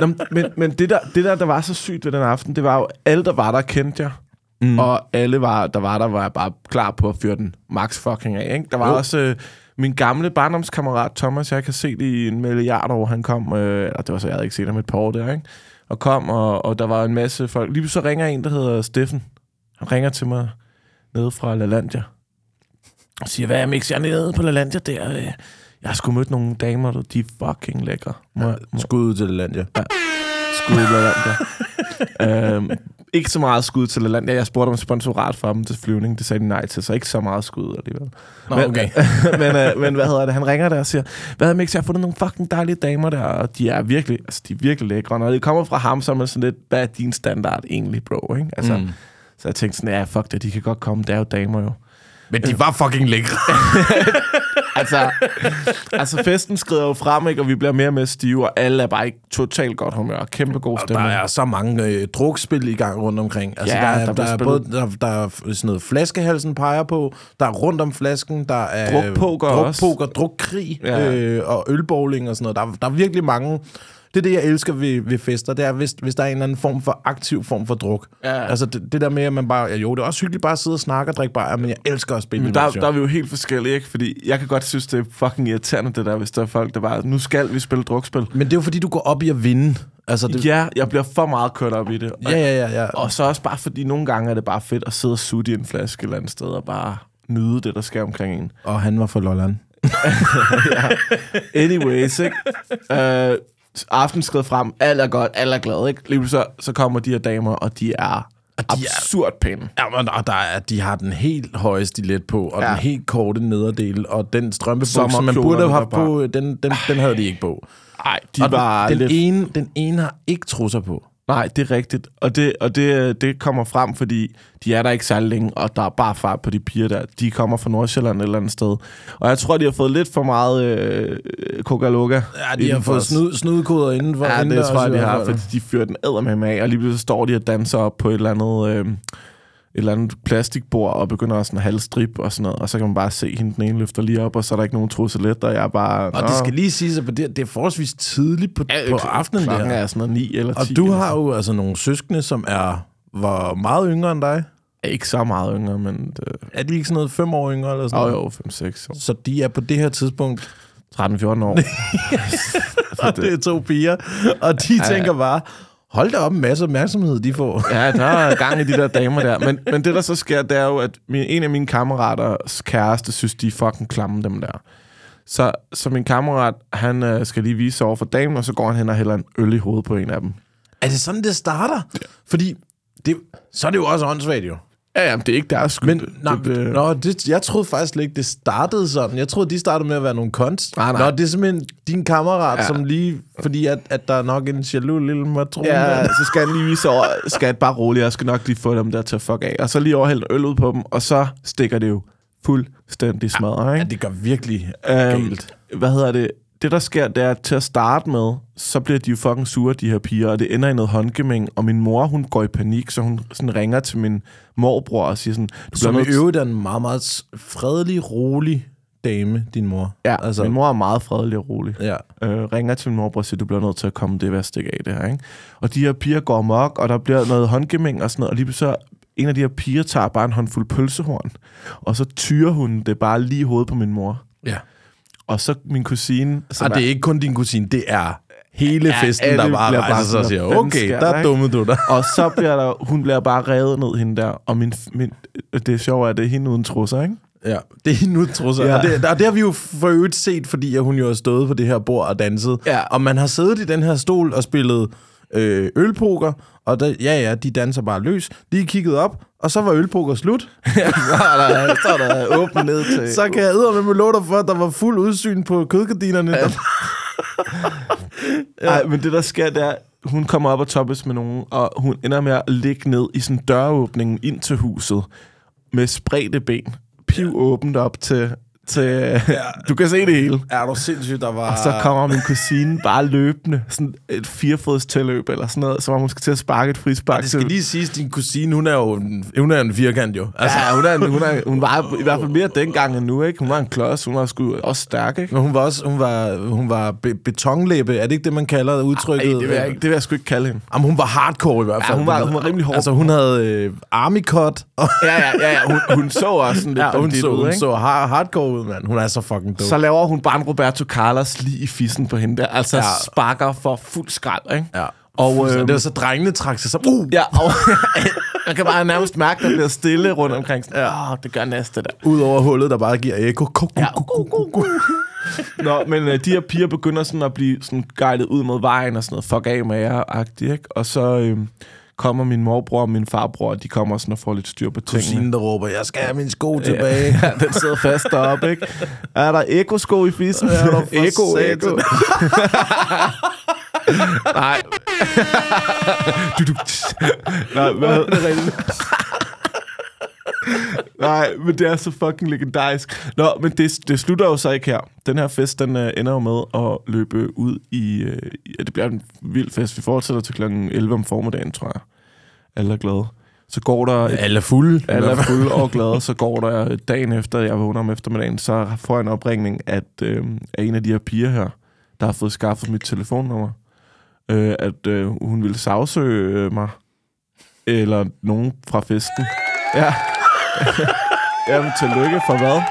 Speaker 2: Nå, men- men men det, der, det der, der var så sygt ved den aften, det var jo, alle, der var der, kendte jeg. Mm. Og alle, var, der var der, var bare klar på at fyre den max fucking af. Ikke? Der var jo.
Speaker 1: Jo.
Speaker 2: også øh, min gamle barndomskammerat Thomas, jeg kan se det i en milliard år, han kom, øh, eller det var så, jeg havde ikke set ham et par år der, ikke? og kom, og, og der var en masse folk. Lige så ringer en, der hedder Steffen. Han ringer til mig nede fra LaLandia og siger, hvad er mix? Jeg er nede på LaLandia der. øh. Jeg har sgu mødt nogle damer, du. de er fucking lækre. Må, jeg- må,
Speaker 1: Skud til land, ja.
Speaker 2: skud til LaLandia. øhm, ikke så meget skud til LaLandia. Jeg spurgte om sponsorat for dem til flyvning. Det sagde de nej til, så ikke så meget skud alligevel.
Speaker 1: Nå,
Speaker 2: men,
Speaker 1: okay.
Speaker 2: men, øh, men hvad hedder det? Han ringer der og siger, hvad er Mix? Jeg har fundet nogle fucking dejlige damer der, og de er virkelig, altså, de er virkelig lækre. Og Når det kommer fra ham, så er man sådan lidt, hvad er din standard egentlig, bro? Ikke? Altså, mm. Så jeg tænkte sådan, ja, fuck det, de kan godt komme. Det er jo damer jo.
Speaker 1: Men de var fucking lækre.
Speaker 2: Altså, altså festen skrider jo frem, ikke? og vi bliver mere og mere stive, og alle er bare ikke totalt godt humør. Kæmpe god
Speaker 1: Der
Speaker 2: stemning.
Speaker 1: er så mange øh, drukspil i gang rundt omkring. Altså,
Speaker 2: Ja,
Speaker 1: der, er,
Speaker 2: der
Speaker 1: der,
Speaker 2: bliver
Speaker 1: er både,
Speaker 2: spillet-
Speaker 1: der, der er sådan noget flaskehalsen peger på, der er rundt om flasken, der er øh,
Speaker 2: Drukpoker også.
Speaker 1: drukpoker drukkrig
Speaker 2: Ja.
Speaker 1: ja. øh, og ølbowling og sådan noget. Der, er- der er virkelig mange... Det er det, jeg elsker ved, ved fester, det er, hvis, hvis der er en eller anden form for aktiv form for druk.
Speaker 2: Ja.
Speaker 1: Altså det, det der med, at man bare... Ja, jo, det er også hyggeligt bare at sidde og snakke og drikke bajer, men jeg elsker at spille
Speaker 2: Men der,
Speaker 1: Invasion.
Speaker 2: der er vi jo helt forskellige, ikke? Fordi jeg kan godt synes, det er fucking irriterende, det der, hvis der er folk, der bare, nu skal vi spille drukspil.
Speaker 1: Men det er jo fordi, du går op i at vinde. Altså, det,
Speaker 2: Ja, jeg bliver for meget kørt op i det. Og,
Speaker 1: ja, ja, ja. ja.
Speaker 2: og så også bare, fordi nogle gange er det bare fedt at sidde og sutte i en flaske et eller andet sted, og bare nyde det, der sker omkring en.
Speaker 1: Og han var fra Lolland.
Speaker 2: Anyways, ikke? Øh, aften skred frem, alt er godt, alt er glad, ikke? Lige så, så kommer de her damer, og de er
Speaker 1: Og de er,
Speaker 2: absurd pæne.
Speaker 1: ja, men, og der er, de har den helt høje stilet på, og ja.
Speaker 2: Ja.
Speaker 1: den helt korte nederdel, og den strømpebukse, man
Speaker 2: Sommerkjolerne
Speaker 1: burde have
Speaker 2: var
Speaker 1: haft på, øh, den, den, den havde de ikke på.
Speaker 2: Nej, de
Speaker 1: og
Speaker 2: var
Speaker 1: den,
Speaker 2: lidt...
Speaker 1: den, ene, den ene har ikke trusser på.
Speaker 2: Nej, det er rigtigt. Og, det, og det, øh, det kommer frem, fordi de er der ikke særlig længe, og der er bare fart på de piger der. De kommer fra Nordsjælland et eller andet sted. Og jeg tror, de har fået lidt for meget øh, coca-luga.
Speaker 1: Ja, de har fået snyd, snydkoder indenfor.
Speaker 2: Ja, det
Speaker 1: indendørs
Speaker 2: tror
Speaker 1: i
Speaker 2: jeg, de
Speaker 1: hvert
Speaker 2: har,
Speaker 1: fald.
Speaker 2: fordi de fyrer den æder med af, og lige pludselig står de og danser op på et eller andet... Øh, et eller andet plastikbord og begynder sådan at halvstrip og sådan noget, og så kan man bare se hende, den ene løfter lige op, og så er der ikke nogen trusselet, og jeg er bare...
Speaker 1: Og det skal lige siges, at på det, det er forholdsvis tidligt på, ja, på aftenen. Det
Speaker 2: Klokken
Speaker 1: her.
Speaker 2: er sådan noget 9 eller 10.
Speaker 1: Og du
Speaker 2: eller
Speaker 1: har jo altså nogle søskende, som er hvor meget yngre end dig.
Speaker 2: sådan. Ikke så meget yngre, men... Øh,
Speaker 1: Er de ikke sådan noget fem år yngre eller sådan
Speaker 2: jo,
Speaker 1: noget?
Speaker 2: jo, 5-6 år.
Speaker 1: Så de er på det her tidspunkt,
Speaker 2: 13-14 år.
Speaker 1: og det er to piger, og de ja, tænker bare, hold da op en masse opmærksomhed, de får.
Speaker 2: ja, der er gang i de der damer der. Men, men det, der så sker, det er jo, at min, en af mine kammeraters kæreste synes, de er fucking klamme, dem der. Så, så min kammerat, han øh, skal lige vise sig over for damen, og så går han hen og hælder en øl i hovedet på en af dem.
Speaker 1: Er det sådan, det starter? Ja. Fordi, det, så er det jo også åndssvagt jo.
Speaker 2: Ja, jamen, det er ikke deres skyld.
Speaker 1: Men nej,
Speaker 2: det, det,
Speaker 1: nå, det, jeg troede faktisk slet ikke, det startede sådan. Jeg troede, de startede med at være nogle konst.
Speaker 2: Nej, nej.
Speaker 1: Nå, det er simpelthen din kammerat, ja. som lige... Fordi at, at der er nok en jaloux lille matron.
Speaker 2: Ja, så skal han lige vise sig over, skat, bare roligt, jeg skal nok lige få dem der til at fuck af. Og så lige overhælde øl ud på dem, og så stikker det jo fuldstændig smadret, ikke?
Speaker 1: det gør virkelig
Speaker 2: Øhm,
Speaker 1: galt.
Speaker 2: Hvad hedder det? Det, der sker, det er, at til at starte med, så bliver de jo fucking sure, de her piger, og det ender i noget håndgemæng, og min mor, hun går i panik, så hun sådan ringer til min morbror og siger sådan... Du bliver
Speaker 1: Som i
Speaker 2: nødt til-
Speaker 1: øvrigt er en meget, meget s- fredelig, rolig dame, din mor.
Speaker 2: Ja, altså. min mor er meget fredelig og rolig.
Speaker 1: Ja.
Speaker 2: Øh, ringer til min morbror og siger, du bliver nødt til at komme det værste af det her, ikke? Og de her piger går mok, og der bliver noget håndgemæng og sådan noget, og lige pludselig så en af de her piger tager bare en håndfuld pølsehorn, og så tyrer hun det bare lige i hovedet på min mor.
Speaker 1: ja.
Speaker 2: Og så min kusine... som
Speaker 1: Og Ah, det er ikke kun din kusine, det er hele ja, festen,
Speaker 2: alle
Speaker 1: der bare
Speaker 2: bliver
Speaker 1: rejser
Speaker 2: bare
Speaker 1: sig og
Speaker 2: sådan,
Speaker 1: siger,
Speaker 2: "Hvad fanden
Speaker 1: okay,
Speaker 2: sker der,
Speaker 1: der
Speaker 2: ikke?"
Speaker 1: dummede du dig.
Speaker 2: og så bliver der, hun bliver bare revet ned, hende der. Og min, min, det sjove er, at det er hende uden trusser, ikke?
Speaker 1: Ja, det er hende nu, trusser. Ja.
Speaker 2: Ja.
Speaker 1: Og, det, og det har vi jo for øvrigt set, fordi at hun jo har stået på det her bord og danset.
Speaker 2: Ja.
Speaker 1: Og man har siddet i den her stol og spillet øh, ølpoker, og der, ja, ja, de danser bare løs. De kiggede op, og så var ølpoker slut.
Speaker 2: Så er der åbent ned til...
Speaker 1: Så kan jeg æde med låter for, at der var fuld udsyn på kødgardinerne. Ja.
Speaker 2: Ej, men det der sker, det er, hun kommer op og toppes med nogen, og hun ender med at ligge ned i sådan døråbningen ind til huset med spredte ben. Piv ja. åbent op til... til ja. Du kan se det hele.
Speaker 1: Er du sindssygt, der var...
Speaker 2: Og så kommer min kusine bare løbende, sådan et firefods tilløb eller sådan noget, som om hun skal til at sparke et frispark
Speaker 1: Det skal
Speaker 2: til
Speaker 1: lige siges, din kusine, hun er jo en, hun er en firkant jo. Altså,
Speaker 2: Ja, hun, er, hun, er, hun var i hvert fald mere dengang end nu, ikke? Hun var en klods, hun var sgu også stærk, ikke?
Speaker 1: men hun var også, hun var, hun var be- betonlæbe, er det ikke det, man kalder udtrykket?
Speaker 2: Ej, det vil, jeg ikke, det vil jeg sgu ikke kalde hende.
Speaker 1: Jamen, hun var hardcore i hvert
Speaker 2: Ja,
Speaker 1: fald.
Speaker 2: hun var- hun var rimelig hård.
Speaker 1: Altså, hun havde øh, army cut. Og
Speaker 2: Ja, ja, ja, ja. Hun, hun så også sådan lidt
Speaker 1: ja, hun
Speaker 2: bandit
Speaker 1: så,
Speaker 2: ud,
Speaker 1: hun
Speaker 2: ikke?
Speaker 1: så har- hardcore ud, mand. Hun er så fucking dum.
Speaker 2: Så laver hun bare en Roberto Carlos lige i fissen på hende der. Altså
Speaker 1: Ja.
Speaker 2: ja. sparker for fuld skrald, ikke?
Speaker 1: ja.
Speaker 2: Og,
Speaker 1: Og, øh,
Speaker 2: øhm,
Speaker 1: det var så, drengene trak sig så... Uh, ja.
Speaker 2: Ja, og man kan bare nærmest mærke, at der bliver stille rundt omkring. Sådan, Åh, oh, det gør næste der.
Speaker 1: Ud over hullet, der bare giver ekko. Kuk, kuk,
Speaker 2: Ja.
Speaker 1: kuk, kuk, kuk, kuk.
Speaker 2: Nå, men øh, de her piger begynder sådan at blive sådan guidet ud mod vejen og sådan noget, fuck af med jer-agtigt, ikke? Og så øh, kommer min morbror og min farbror, og de kommer sådan og får lidt styr på tingene.
Speaker 1: Kusinen, der råber, jeg skal have min sko tilbage.
Speaker 2: Ja, den sidder fast deroppe, ikke? Er der ekosko i fissen?
Speaker 1: Ja, er der for
Speaker 2: Eko, eko.
Speaker 1: satan.
Speaker 2: Nej. du, du. Nej, hvad hedder det Nej, men det er så fucking legendarisk. Nå, men det, det slutter jo så ikke her. Den her fest, den øh, ender jo med at løbe ud i... Øh, i- ja, det bliver en vild fest. Vi fortsætter til kl. 11 om formiddagen, tror jeg. Alle er glade. Så går der... et-
Speaker 1: Alle er fulde.
Speaker 2: alle er fulde og glade, så går der dagen efter, jeg vågner om eftermiddagen, så får jeg en opringning at, øh, af en af de her piger her, der har fået skaffet mit telefonnummer, øh, at øh, hun ville sagsøge øh, mig, eller nogen fra festen. Ja. Jamen, tillykke for hvad?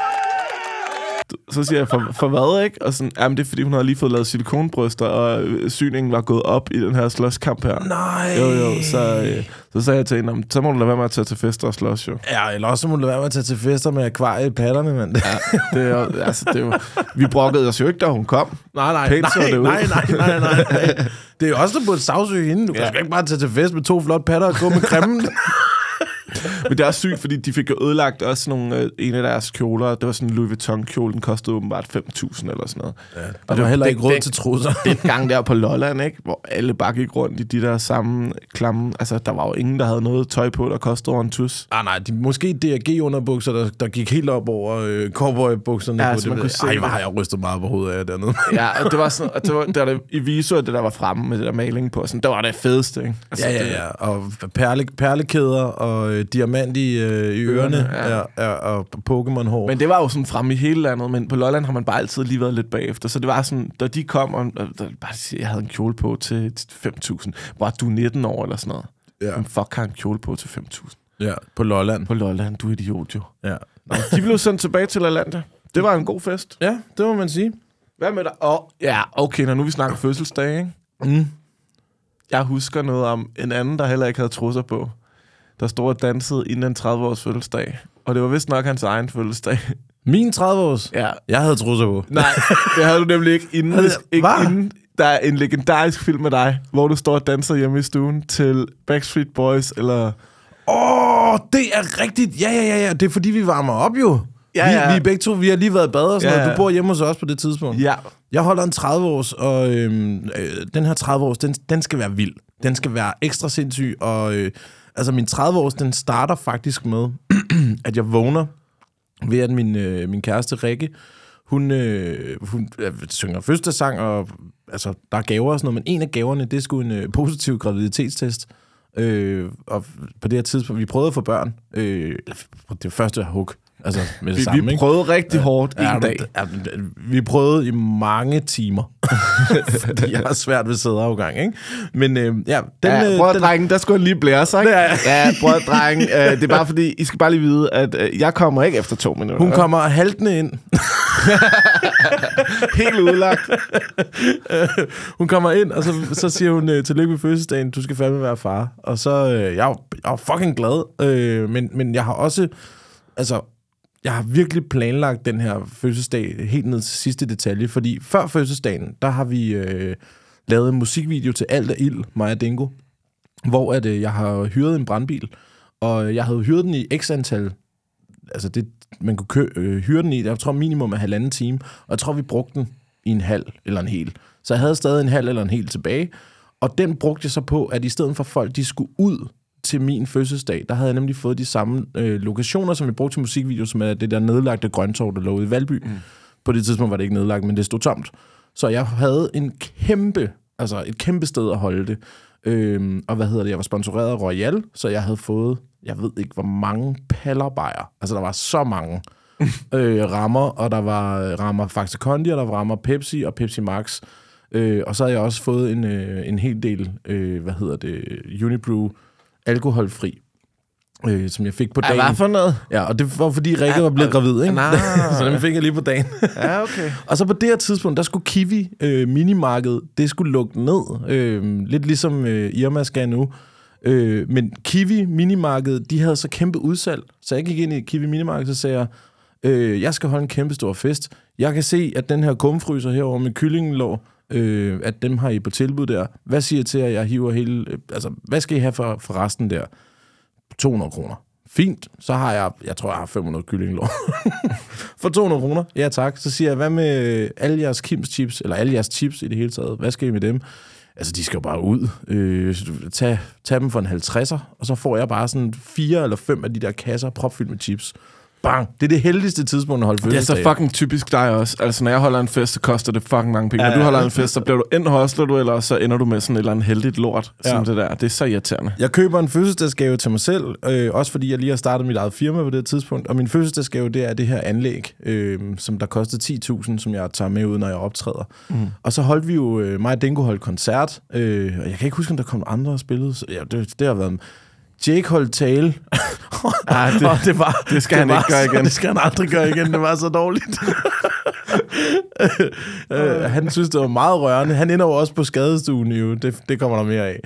Speaker 2: Så siger jeg, for, for hvad, ikke? Og sådan, jamen, det er, fordi hun har lige fået lavet silikonbryster, og øh, syningen var gået op i den her slåskamp her.
Speaker 1: Nej.
Speaker 2: Jo, jo, så, øh, så sagde jeg til hende, "Nå, men så må du lade være med at tage til fester og slås, jo.
Speaker 1: Ja, eller også må du lade være med at tage til fester med akvarie i patterne, mand. Ja.
Speaker 2: Det er, jo- altså, det er jo, vi brokkede os jo ikke, da hun kom.
Speaker 1: Nej, nej,
Speaker 2: Pænt så
Speaker 1: nej,
Speaker 2: det ud.
Speaker 1: nej, nej, nej, nej, nej. Det er jo også der burde sagsøge hende. Du ja. kan sgu ikke bare tage til fest med to flotte patter og gå med kremmen.
Speaker 2: Men det er også sygt, fordi de fik jo ødelagt også nogle, øh, en af deres kjoler. Det var sådan en Louis Vuitton-kjole, den kostede åbenbart 5.000 eller sådan noget. Ja,
Speaker 1: Og du har heller ikke råd til trusser.
Speaker 2: den gang der på Lolland, ikke? hvor alle bare gik rundt i de der samme klamme. Altså, der var jo ingen, der havde noget tøj på, der kostede over en tus.
Speaker 1: Ah, nej, de, måske DRG-underbukser, der, der gik helt op over øh, cowboy-bukserne.
Speaker 2: Ja,
Speaker 1: på
Speaker 2: så
Speaker 1: det
Speaker 2: man
Speaker 1: ved
Speaker 2: kunne
Speaker 1: jeg.
Speaker 2: se
Speaker 1: Ej,
Speaker 2: det.
Speaker 1: hvor har jeg rystet meget på hovedet af jer dernede.
Speaker 2: Ja, og det var sådan, og det var, det var det, i Viso, det der var fremme med det der maling på, og sådan, det var det fedeste, ikke? Altså,
Speaker 1: ja, ja, ja. Og perle, perlekæder og øh, diamant i, øh, i ørerne,
Speaker 2: ja.
Speaker 1: ja. Ja, og Pokémon-hår.
Speaker 2: Men det var jo sådan fremme i hele landet, men på Lolland har man bare altid lige været lidt bagefter. Så det var sådan, da de kom, og, og der, bare sige, jeg havde en kjole på til, til 5.000. Var du er 19 år eller sådan noget?
Speaker 1: Ja.
Speaker 2: Men fuck har en kjole på til 5.000?
Speaker 1: Ja, på Lolland.
Speaker 2: På Lolland, du er idiot jo.
Speaker 1: Ja.
Speaker 2: De blev sendt tilbage til Lolland. Det var en god fest.
Speaker 1: ja, det må man sige.
Speaker 2: Hvad med dig? Oh, ja, okay, når nu vi snakker fødselsdag, ikke?
Speaker 1: Mm.
Speaker 2: Jeg husker noget om en anden, der heller ikke havde trusser på, der stod og dansede inden en 30-års fødselsdag. Og det var vist nok hans egen fødselsdag.
Speaker 1: Min 30-års?
Speaker 2: Ja.
Speaker 1: Jeg havde trusser på.
Speaker 2: Nej, det havde du nemlig ikke inden.
Speaker 1: Havde jeg-
Speaker 2: ikke
Speaker 1: Hva?
Speaker 2: inden. Der er en legendarisk film med dig, hvor du står og danser hjemme i stuen til Backstreet Boys, eller...
Speaker 1: Åh, oh, det er rigtigt. Ja, ja, ja, ja. Det er fordi, vi varmer op jo.
Speaker 2: Ja,
Speaker 1: vi,
Speaker 2: ja.
Speaker 1: vi er begge to, vi har lige været i bad og sådan
Speaker 2: Ja,
Speaker 1: ja, noget.
Speaker 2: ja.
Speaker 1: Du bor hjemme hos os på det tidspunkt.
Speaker 2: Ja.
Speaker 1: Jeg holder en 30-års, og øhm, øh, den her 30-års, den, den skal være vild. Den skal være ekstra sindssyg, og øh, altså min 30-års, den starter faktisk med, at jeg vågner ved, at min, øh, min kæreste Rikke, hun, øh, hun øh, synger fødselsdagssang, og altså, der er gaver og sådan noget, men en af gaverne, det skulle en øh, positiv graviditetstest. Øh, og på det her tidspunkt, vi prøvede at få børn. Øh, det var første hug. Altså, med det
Speaker 2: Vi,
Speaker 1: samme,
Speaker 2: vi
Speaker 1: ikke?
Speaker 2: prøvede rigtig hårdt en
Speaker 1: men
Speaker 2: dag.
Speaker 1: det- Ja, men det- vi prøvede i mange timer, fordi jeg har svært ved sæderafgang, ikke? Men øh, ja, den...
Speaker 2: ja,
Speaker 1: øh,
Speaker 2: bror
Speaker 1: den
Speaker 2: drengen, der skulle han lige blære sig, ikke?
Speaker 1: Ja.
Speaker 2: ja bror drengen, øh, det er bare fordi, I skal bare lige vide, at øh, jeg kommer ikke efter to minutter.
Speaker 1: hun kommer haltende ind.
Speaker 2: helt udlagt.
Speaker 1: Hun kommer ind, og så, så siger hun, øh, tillykke med fødselsdagen, du skal fandme være far. Og så, øh, jeg, er jo- jeg er jo fucking glad, øh, men, men jeg har også, altså, jeg har virkelig planlagt den her fødselsdag helt ned til sidste detalje, fordi før fødselsdagen, der har vi øh, lavet en musikvideo til Alt er Ild, mig og Dingo, hvor at, øh, jeg har hyret en brandbil, og øh, jeg havde hyret den i x antal altså det, man kunne kø, øh, hyre den i, jeg tror minimum af halvanden time, og jeg tror, vi brugte den i en halv eller en hel. Så jeg havde stadig en halv eller en hel tilbage, og den brugte jeg så på, at i stedet for folk, de skulle ud til min fødselsdag, der havde jeg nemlig fået de samme øh, lokationer, som vi brugte til musikvideo, som er det der nedlagte grønttorv, der lå ude i Valby. Mm. På det tidspunkt var det ikke nedlagt, men det stod tomt. Så jeg havde en kæmpe, altså et kæmpe sted at holde det. Øhm, og hvad hedder det, jeg var sponsoreret af Royal, så jeg havde fået, jeg ved ikke hvor mange pallerbejer. Altså der var så mange øh, rammer, og der var øh, rammer Faxe Kondi, og der var rammer Pepsi og Pepsi Max. Øh, og så havde jeg også fået en, øh, en hel del, øh, hvad hedder det, Unibrew alkoholfri, øh, som jeg fik på dagen.
Speaker 2: hvad for Ah. noget?
Speaker 1: Ja, og det var fordi Rikke var blevet gravid, ikke? så den fik jeg lige på dagen.
Speaker 2: Ja, okay.
Speaker 1: Og så på det her tidspunkt, der skulle Kiwi øh, minimarked, det skulle lukke ned. Øh, lidt ligesom øh, Irma skal nu. Øh, men Kiwi minimarked, de havde så kæmpe udsalg. Så jeg gik ind i Kiwi minimarked, så sagde jeg, øh, jeg skal holde en kæmpe stor fest. Jeg kan se, at den her kumfryser herovre med kyllingelår, øh, at dem har I på tilbud der. Hvad siger I til, at jeg hiver hele... Øh, altså, hvad skal I have for, for resten der? 200 kroner. Fint, så har jeg, jeg tror, jeg har 500 kyllinglår. For 200 kroner? Ja tak. Så siger jeg, hvad med øh, alle jeres Kims chips, eller alle jeres chips i det hele taget? Hvad skal I med dem? Altså, de skal jo bare ud. Øh, så du- tag, tag dem for en 50'er, og så får jeg bare sådan fire eller fem af de der kasser propfyldt med chips. Bang! Det er det heldigste tidspunkt at holde
Speaker 2: Det er så
Speaker 1: fødselsdag.
Speaker 2: fucking typisk dig også. Altså, når jeg holder en fest, så koster det fucking mange penge. Når du holder en fest, så bliver du enten hostler du, eller så ender du med sådan et eller andet heldigt lort, ja. som det der. Det er så irriterende.
Speaker 1: Jeg køber en fødselsdagsgave til mig selv, øh, også fordi jeg lige har startet mit eget firma på det tidspunkt, og min fødselsdagsgave, det er det her anlæg, øh, som der kostede 10.000, som jeg tager med ud, når jeg optræder. Mm. Og så holdt vi jo, øh, mig og Dingo holdt koncert, øh, og jeg kan ikke huske, om der kom andre og spillede, så, ja, det, det har været... Jake holdt tale,
Speaker 2: Ah, det-
Speaker 1: og det, var,
Speaker 2: det skal han
Speaker 1: var
Speaker 2: ikke gøre
Speaker 1: så,
Speaker 2: igen.
Speaker 1: Det skal han aldrig gøre igen, det var så dårligt. Øh, han synes, det var meget rørende. Han ender jo også på skadestuen, jo. Det, det kommer der mere af.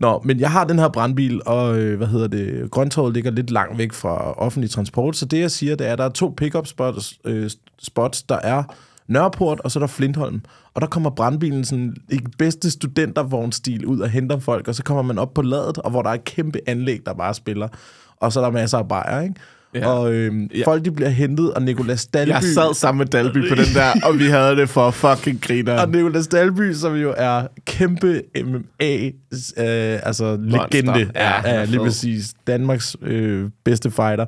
Speaker 1: Nå, men jeg har den her brandbil, og øh, hvad hedder det? Grøntorvet ligger lidt langt væk fra offentlig transport, så det, jeg siger, det er, at der er to pickup spots, øh, spots der er Nørreport, og så er der Flintholm. Og der kommer brandbilen sådan i den bedste studentervognstil ud og henter folk, og så kommer man op på ladet, og hvor der er et kæmpe anlæg, der bare spiller. og så er der masser af bajer, ikke?
Speaker 2: Ja.
Speaker 1: Ja. Og øhm, ja. folk, de bliver hentet, og Nicolas Dalby...
Speaker 2: Jeg sad sammen med Dalby på den der, og vi havde det for fucking griner.
Speaker 1: Og Nicolas Dalby, som jo er kæmpe MMA, øh, altså legende,
Speaker 2: Ja, han er
Speaker 1: ja, lige
Speaker 2: fed.
Speaker 1: præcis Danmarks øh, bedste fighter.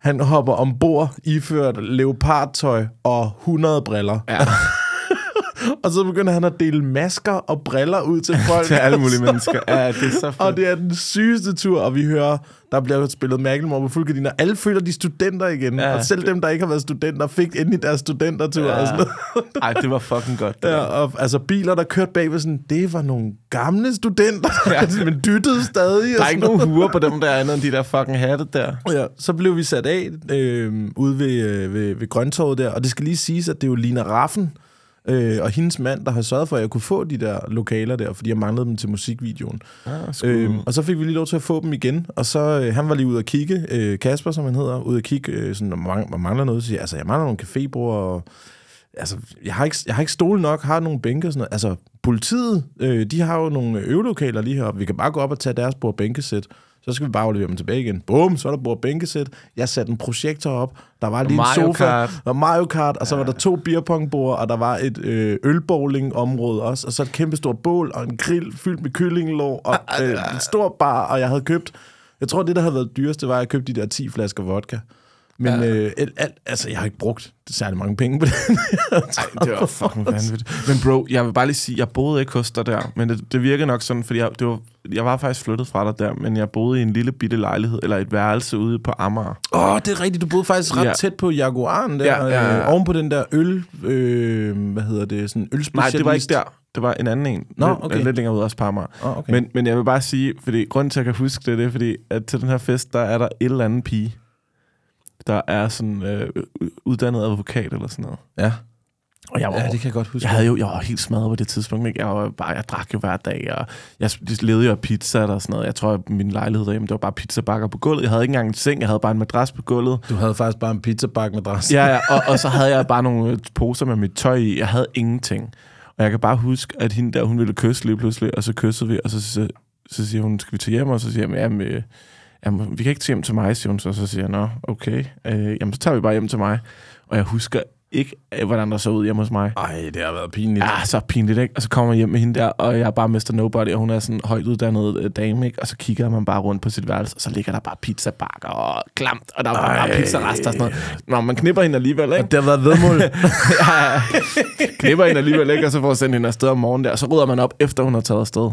Speaker 1: Han hopper ombord, iført leopardtøj og 100 briller.
Speaker 2: Ja.
Speaker 1: og så begynder han at dele masker og briller ud til folk.
Speaker 2: Til alle mulige
Speaker 1: Så-
Speaker 2: mennesker. Ja, det er så fedt.
Speaker 1: Og det er den sygeste tur, og vi hører, der bliver spillet Macklemore på fuld gardiner. Alle føler, de er studenter igen.
Speaker 2: Ja.
Speaker 1: Ja. Og selv dem, der ikke har været studenter, fik endelig deres studentertur. Ja. Og sådan noget.
Speaker 2: Ej, det var fucking godt. Det
Speaker 1: Ja,
Speaker 2: ja.
Speaker 1: og altså biler, der kørte bagved sådan, det var nogle gamle studenter, ja. men dyttede stadig.
Speaker 2: Der er ikke nogen huer på dem der andet end de der fucking hatte der.
Speaker 1: Ja, så blev vi sat af øh, ude ved, øh, ved, ved Grøntorvet der, og det skal lige siges, at det er jo Lina Raffen øh, og hendes mand, der har sørget for, at jeg kunne få de der lokaler der, fordi jeg manglede dem til musikvideoen.
Speaker 2: Ah, sgu.
Speaker 1: Øh, og så fik vi lige lov til at få dem igen, og så øh, han var lige ude at kigge, øh, Kasper som han hedder, ude at kigge, øh, sådan, om man, man mangler noget, så siger, jeg, altså jeg mangler nogle cafébord, og altså, jeg har, ikke, jeg har ikke stole nok, har nogle bænke og sådan noget. Altså, politiet, øh, de har jo nogle øvelokaler lige heroppe. Vi kan bare gå op og tage deres bord og bænkesæt. Så skal vi bare aflevere dem tilbage igen. Bum, så er der bord og bænkesæt. Jeg satte en projektor op. Der var lige
Speaker 2: Mario
Speaker 1: en sofa.
Speaker 2: Kart.
Speaker 1: Og Mario Kart. Og så var der to beerpongbord, og der var et øh, ølbowling-område også. Og så et kæmpestort bål og en grill fyldt med kyllingelår. Og øh, en stor bar, og jeg havde købt... Jeg tror, det, der havde været dyrest, det var, at jeg købte de der 10 flasker vodka. Men øh, al, al, altså, jeg har ikke brugt særlig mange penge på den her
Speaker 2: Det var fucking vanvittigt. Men bro, jeg vil bare lige sige, jeg boede ikke hos dig der, men det, det virkede nok sådan, fordi jeg, det var, jeg var faktisk flyttet fra dig der, men jeg boede i en lille bitte lejlighed, eller et værelse ude på Amager.
Speaker 1: Åh, oh, det er rigtigt. Du boede faktisk ret
Speaker 2: Ja.
Speaker 1: ja. tæt på Jaguaren der.
Speaker 2: Ja, ja, ja.
Speaker 1: Øh, oven på den der øl... Øh, hvad hedder det? Sådan
Speaker 2: Nej,
Speaker 1: ølspecialist.
Speaker 2: det var ikke der. Det var en anden en.
Speaker 1: Nå,
Speaker 2: lidt,
Speaker 1: okay.
Speaker 2: Lidt længere ud også på Amager.
Speaker 1: Åh, okay.
Speaker 2: men, men jeg vil bare sige, fordi grunden til, at jeg kan huske det, det er fordi, at til den her fest, der er der et eller andet pige, der er sådan øh, uddannet advokat eller sådan noget.
Speaker 1: Ja.
Speaker 2: Og jeg var,
Speaker 1: ja, det kan jeg godt huske.
Speaker 2: jeg, havde jo, jeg var helt smadret på det tidspunkt. Ikke? Jeg, var bare, jeg drak jo hver dag, og jeg sp- levede jo af pizza og sådan noget. Jeg tror, at min lejlighed derhjemme, det var bare pizzabakker på gulvet. Jeg havde ikke engang en seng, jeg havde bare en madras på gulvet.
Speaker 1: Du havde faktisk bare en pizzabakke med dress.
Speaker 2: Ja, ja og, og så havde jeg bare nogle øh, poser med mit tøj i. Jeg havde ingenting. Og jeg kan bare huske, at hende der, hun ville kysse lige pludselig, og så kyssede vi, og så, så, så siger hun, skal vi tage hjem? Og så siger jeg, jamen, øh, jamen, vi kan ikke tage hjem til mig, siger hun så. Og så siger jeg, nå, okay, øh, jamen, så tager vi bare hjem til mig. Og jeg husker ikke, øh, hvordan der så ud hjemme hos mig.
Speaker 1: Ej, det har været pinligt.
Speaker 2: Ja, Ah, så pinligt, ikke? Og så kommer jeg hjem med hende der, og jeg er bare Mr. Nobody, og hun er sådan en højtuddannet øh, dame, ikke? Og så kigger man bare rundt på sit værelse, og så ligger der bare pizzabakker og klamt, og der er bare, bare pizzarester og sådan noget. Nå, man knipper hende alligevel, ikke?
Speaker 1: Det har været vedmål.
Speaker 2: knipper hende alligevel, ikke? Og så får jeg sendt hende afsted om morgenen der, og så rydder man op, efter hun har taget afsted.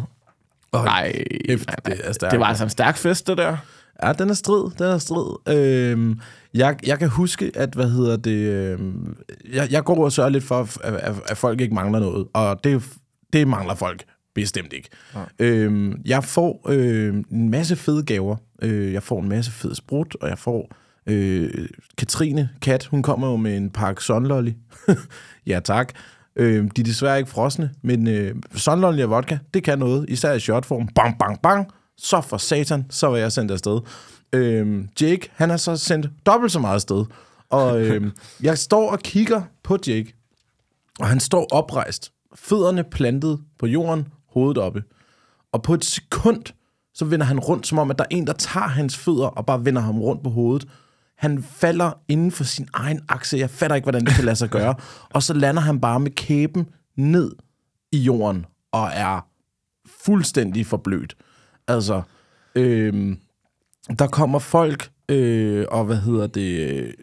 Speaker 2: Nej, nej,
Speaker 1: efter-
Speaker 2: nej.
Speaker 1: det er stærkt.
Speaker 2: det var altså en stærk fest, det der.
Speaker 1: ja, den er strid. Den er strid. Øhm, jeg, jeg kan huske, at hvad hedder det... Øhm, jeg, jeg går og sørger lidt for, at, at, at folk ikke mangler noget. Og det, det mangler folk bestemt ikke. Øhm, jeg får øh, en masse fede gaver. Øh, jeg får en masse fed sprut, og jeg får... Øh, Katrine Kat, hun kommer jo med en pakke sunlolly. ja, tak. Øh, de er desværre ikke frosne, men øh, sunlolly og vodka, det kan noget. Især i shotform. Bang, bang, bang. Så for satan, så var jeg sendt afsted. Øh, Jake, han har så sendt dobbelt så meget afsted. Og øh, jeg står og kigger på Jake, og han står oprejst, fødderne plantet på jorden, hovedet oppe. Og på et sekund, så vender han rundt, som om, at der er en, der tager hans fødder og bare vender ham rundt på hovedet. Han falder inden for sin egen akse. Jeg fatter ikke, hvordan det kan lade sig gøre. Og så lander han bare med kæben ned i jorden og er fuldstændig forblødt. Altså, øhm, der kommer folk, øh, og hvad hedder det, øh,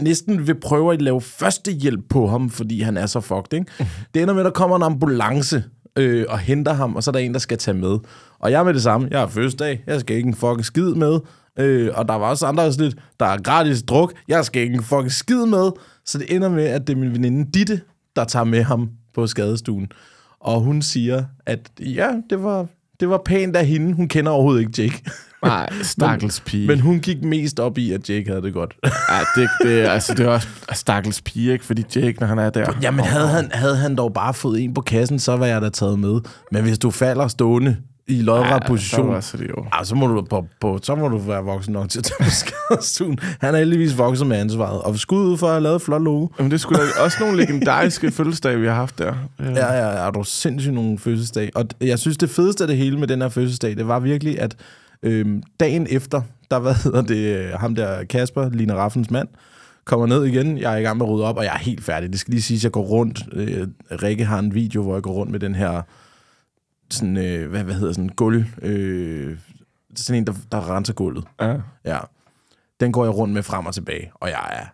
Speaker 1: næsten vil prøve at lave førstehjælp på ham, fordi han er så fucked, ikke? Det ender med, at der kommer en ambulance øh, og henter ham, og så er der en, der skal tage med. Og jeg er med det samme. Jeg er fødselsdag. Jeg skal ikke en fucking skid med. Øh, og der var også andre der er sådan lidt, der er gratis druk. Jeg skal ikke en fucking skid med. Så det ender med, at det er min veninde Ditte, der tager med ham på skadestuen. Og hun siger, at ja, det var, det var pænt af hende. Hun kender overhovedet ikke Jake.
Speaker 2: Nej, stakkels pige.
Speaker 1: Men hun gik mest op i, at Jake havde det godt.
Speaker 2: Ja, det, det, altså, det er også stakkels pige, ikke? Fordi Jake, når han er der...
Speaker 1: Jamen, havde han, havde han dog bare fået en på kassen, så var jeg da taget med. Men hvis du falder stående i lodret ja,
Speaker 2: Så
Speaker 1: position,
Speaker 2: var så det jo.
Speaker 1: ah, så, må du på, på, så må du være voksen nok til at tage på skadestuen. Han er heldigvis vokset med ansvaret. Og skud ud for at have lavet et flot logo.
Speaker 2: Jamen, det skulle da også nogle legendariske fødselsdage, vi har haft der.
Speaker 1: Ja, ja, ja, er du sindssygt nogle fødselsdag. Og d- jeg synes, det fedeste af det hele med den her fødselsdag, det var virkelig, at Øhm, dagen efter, der hvad hedder det, øh, ham der Kasper, Line Raffens mand, kommer ned igen, jeg er i gang med at rydde op, og jeg er helt færdig. Det skal lige siges, jeg går rundt. Øh, Rikke har en video, hvor jeg går rundt med den her sådan, øh, hvad, hvad hedder sådan, gulv, øh, sådan en, der, der renser gulvet.
Speaker 2: Ja.
Speaker 1: Ja. Den går jeg rundt med frem og tilbage, og jeg er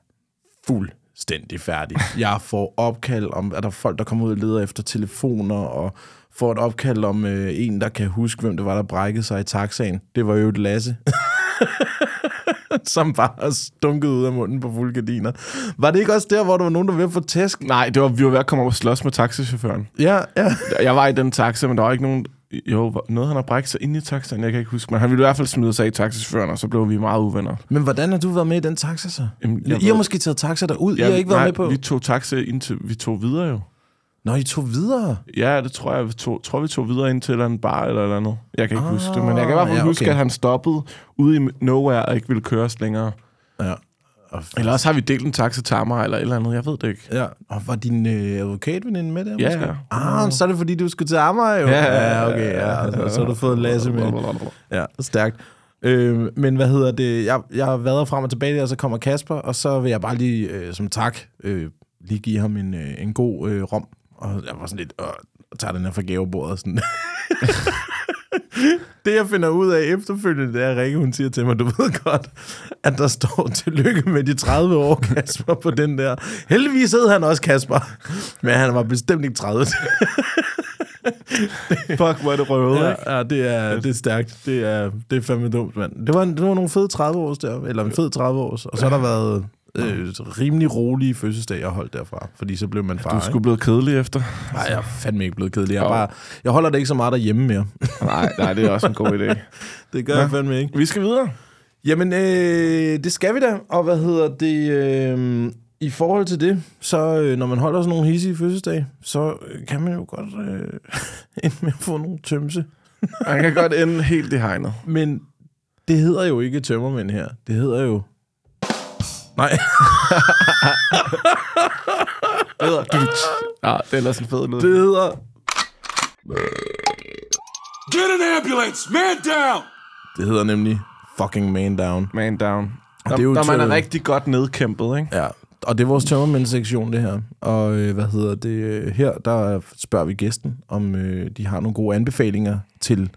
Speaker 1: fuldstændig færdig. Jeg får opkald om, at der er folk, der kommer ud og leder efter telefoner, og får et opkald om øh, en, der kan huske, hvem det var, der brækkede sig i taxaen. Det var jo et Lasse. som bare har stunket ud af munden på fulde gardiner. Var det ikke også der, hvor der var nogen, der var ved at få tæsk?
Speaker 2: Nej, det var, vi var ved at komme op og slås med taxichaufføren.
Speaker 1: Ja, ja.
Speaker 2: Jeg var i den taxa, men der var ikke nogen... Jo, hvor- noget han har brækket sig ind i taxaen, jeg kan ikke huske. Men han ville i hvert fald smide sig i taxichaufføren, og så blev vi meget uvenner.
Speaker 1: Men hvordan har du været med i den taxa så?
Speaker 2: Jamen, jeg
Speaker 1: Jamen, I har
Speaker 2: ved-
Speaker 1: måske taget taxa derud, ja, I har ikke været
Speaker 2: nej,
Speaker 1: med på...
Speaker 2: Vi tog taxa indtil... Vi tog videre jo.
Speaker 1: Nå, I tog videre.
Speaker 2: Ja, det tror jeg. Vi tog, tror, vi tog videre ind til en eller anden bar eller et eller andet. Jeg kan ikke ah, huske det, men jeg kan i hvert fald ja,
Speaker 1: ja, okay.
Speaker 2: okay. huske, at han stoppede ude i nowhere og ikke ville køre os længere.
Speaker 1: Ja. Og
Speaker 2: Eller også har vi delt en taxa til Amager eller et eller andet. Jeg ved det ikke.
Speaker 1: Ja, og var din øh, advokatveninde med der
Speaker 2: Ja,
Speaker 1: måske?
Speaker 2: ja.
Speaker 1: Ah, så er det fordi, du skulle til Amager jo.
Speaker 2: Ja, ja, ja.
Speaker 1: ja okay. Ja. Så, så har du fået Lasse med. Ja, stærkt. Øh, men hvad hedder det? Jeg, jeg har været frem og tilbage der, og så kommer Kasper, og så vil jeg bare lige øh, som tak øh, lige give ham en, øh, en god øh, rom. Og jeg var sådan lidt, øh, tager den her fra gavebordet. Sådan. det, jeg finder ud af efterfølgende, det er, at Rikke, hun siger til mig, du ved godt, at der står tillykke med de 30 år, Kasper, på den der. Heldigvis hed han også Kasper, men han var bestemt ikke 30.
Speaker 2: Fuck, hvor er det røvet, ja. ikke?
Speaker 1: Ja, ja det, er, det er stærkt. Det er, det er fandme dumt, mand. Det var, en, det var nogle fede 30 års der, eller en fed 30 års, og så har der været øh, rimelig rolige fødselsdage, jeg holdt derfra, fordi så blev man far,
Speaker 2: Du skulle blive kedelig efter.
Speaker 1: Nej, jeg er fandme ikke blevet kedelig. Jeg, er bare, jeg holder det ikke så meget derhjemme mere.
Speaker 2: nej, nej, det er også en god idé.
Speaker 1: Det gør ja. jeg fandme ikke.
Speaker 2: Vi skal videre.
Speaker 1: Jamen, øh, det skal vi da. Og hvad hedder det... Øh, I forhold til det, så øh, når man holder sådan nogle hissige fødselsdage, så øh, kan man jo godt øh, ende med at få nogle tømse.
Speaker 2: Han kan godt ende helt i hegnet.
Speaker 1: Men det hedder jo ikke tømmermænd her. Det hedder jo... Nej.
Speaker 2: Ja, det er ellers en fed lyd.
Speaker 1: Det hedder...
Speaker 5: Get an ambulance! Man down!
Speaker 1: Det hedder nemlig fucking man down.
Speaker 2: Man down.
Speaker 1: det er jo
Speaker 2: Når man
Speaker 1: til-
Speaker 2: er rigtig godt nedkæmpet, ikke?
Speaker 1: Ja, og det er vores tømmermænd-sektion, det her. Og øh, hvad hedder det? øh, Her der spørger vi gæsten, om øh, de har nogle gode anbefalinger til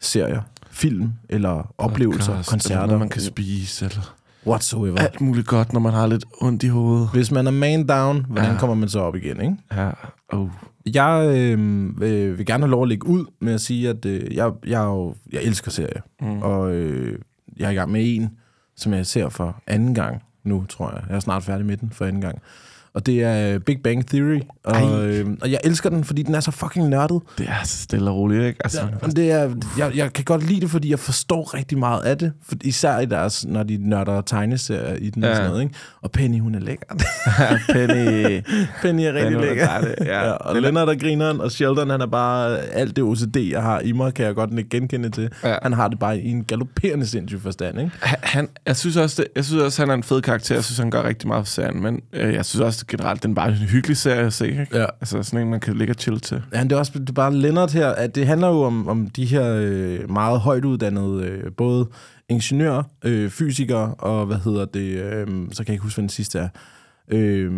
Speaker 1: serier, film eller oplevelser,
Speaker 2: Podcast, eller
Speaker 1: koncerter,
Speaker 2: noget, man kan spise, eller
Speaker 1: whatsoever.
Speaker 2: alt muligt godt, når man har lidt ondt i hovedet.
Speaker 1: Hvis man er man down, hvordan
Speaker 2: Ja.
Speaker 1: kommer man så op igen, ikke?
Speaker 2: Ja, oh.
Speaker 1: Jeg øh, øh, vil gerne have lov at lægge ud med at sige, at øh, jeg, jeg, er jo, jeg elsker serier. Mm. Og øh, jeg er i gang med en, som jeg ser for anden gang nu, tror jeg. Jeg er snart færdig med den for anden gang. Og det er øh, Big Bang Theory. Og, øh, og jeg elsker den, fordi den er så fucking nørdet.
Speaker 2: Det er så stille og roligt, ikke? Altså, ja.
Speaker 1: Men det er, jeg, jeg kan godt lide det, fordi jeg forstår rigtig meget af det. For, især i deres, når de nørder tegneserier i den ja. og
Speaker 2: Ja.
Speaker 1: sådan noget. Ikke? Og Penny, hun er lækker.
Speaker 2: Penny.
Speaker 1: Penny er
Speaker 2: Lennart
Speaker 1: rigtig
Speaker 2: er
Speaker 1: lækker.
Speaker 2: bare det, ja.
Speaker 1: og Lennart er grineren, og Sheldon, han er bare alt det OCD, jeg har i mig, kan jeg godt ikke genkende til. Ja.
Speaker 2: Ja.
Speaker 1: Han har det bare i en galopperende sindssyg forstand, ikke?
Speaker 2: Han- han, jeg, synes også, det, jeg synes også, han er en fed karakter. Jeg synes, han gør rigtig meget for serien. Men øh, jeg synes også generelt, den er bare en hyggelig serie at se. Ikke?
Speaker 1: Ja.
Speaker 2: Altså sådan en, man kan ligge og chill til.
Speaker 1: Ja, det er også det er bare Lennart her, at det handler jo om, om de her øh, meget højt uddannede, øh, både ingeniører, øh, fysikere og hvad hedder det, øh, så kan jeg ikke huske, hvad den sidste er. Øh,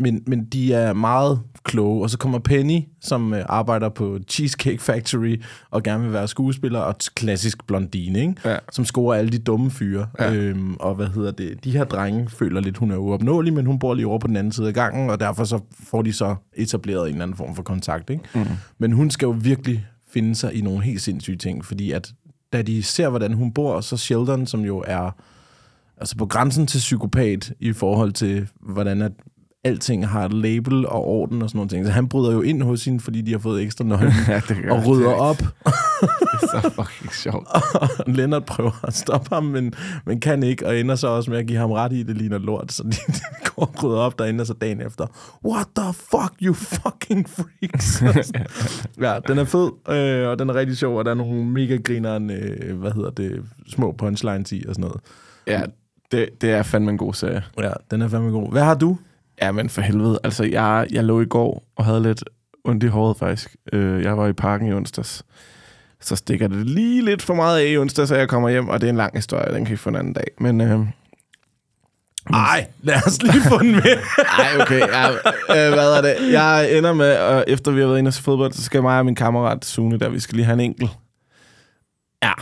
Speaker 1: men, men de er meget kloge, og så kommer Penny, som øh, arbejder på Cheesecake Factory og gerne vil være skuespiller og t- klassisk blondine, ikke?
Speaker 2: Ja.
Speaker 1: som scorer alle de dumme fyre. Ja. Øhm, og hvad hedder det? De her drenge føler lidt, hun er uopnåelig, men hun bor lige over på den anden side af gangen, og derfor så får de så etableret en eller anden form for kontakt. Ikke? Mm. Men hun skal jo virkelig finde sig i nogle helt sindssyge ting, fordi at da de ser, hvordan hun bor, så Sheldon, som jo er altså på grænsen til psykopat i forhold til, hvordan at alting har et label og orden og sådan nogle ting. Så han bryder jo ind hos hende, fordi de har fået ekstra nøgle
Speaker 2: Ja, det gør
Speaker 1: og
Speaker 2: han.
Speaker 1: rydder op.
Speaker 2: Det er så fucking sjovt.
Speaker 1: Og Lennart prøver at stoppe ham, men, men kan ikke, og ender så også med at give ham ret i, at det ligner lort. Så de, de går og rydder op derinde, og så dagen efter, what the fuck, you fucking freaks. ja, den er fed, øh, og den er rigtig sjov, og der er nogle mega grineren, øh, hvad hedder det, små punchlines i og sådan noget.
Speaker 2: Ja, det, det er fandme en god serie.
Speaker 1: Ja, den er fandme god. Hvad har du?
Speaker 2: Ja, men for helvede. Altså, jeg, jeg lå i går og havde lidt ondt i håret, faktisk. Øh, jeg var i parken i onsdags. Så stikker det lige lidt for meget af i onsdag, så jeg kommer hjem, og det er en lang historie, den kan vi få en anden dag. Men øh,
Speaker 1: Nej, lad os lige få den med.
Speaker 2: Ej, okay. Ja, øh, hvad er det? Jeg ender med, og efter vi har været inde og se fodbold, så skal mig og min kammerat Sune der, vi skal lige have en enkelt. Ja.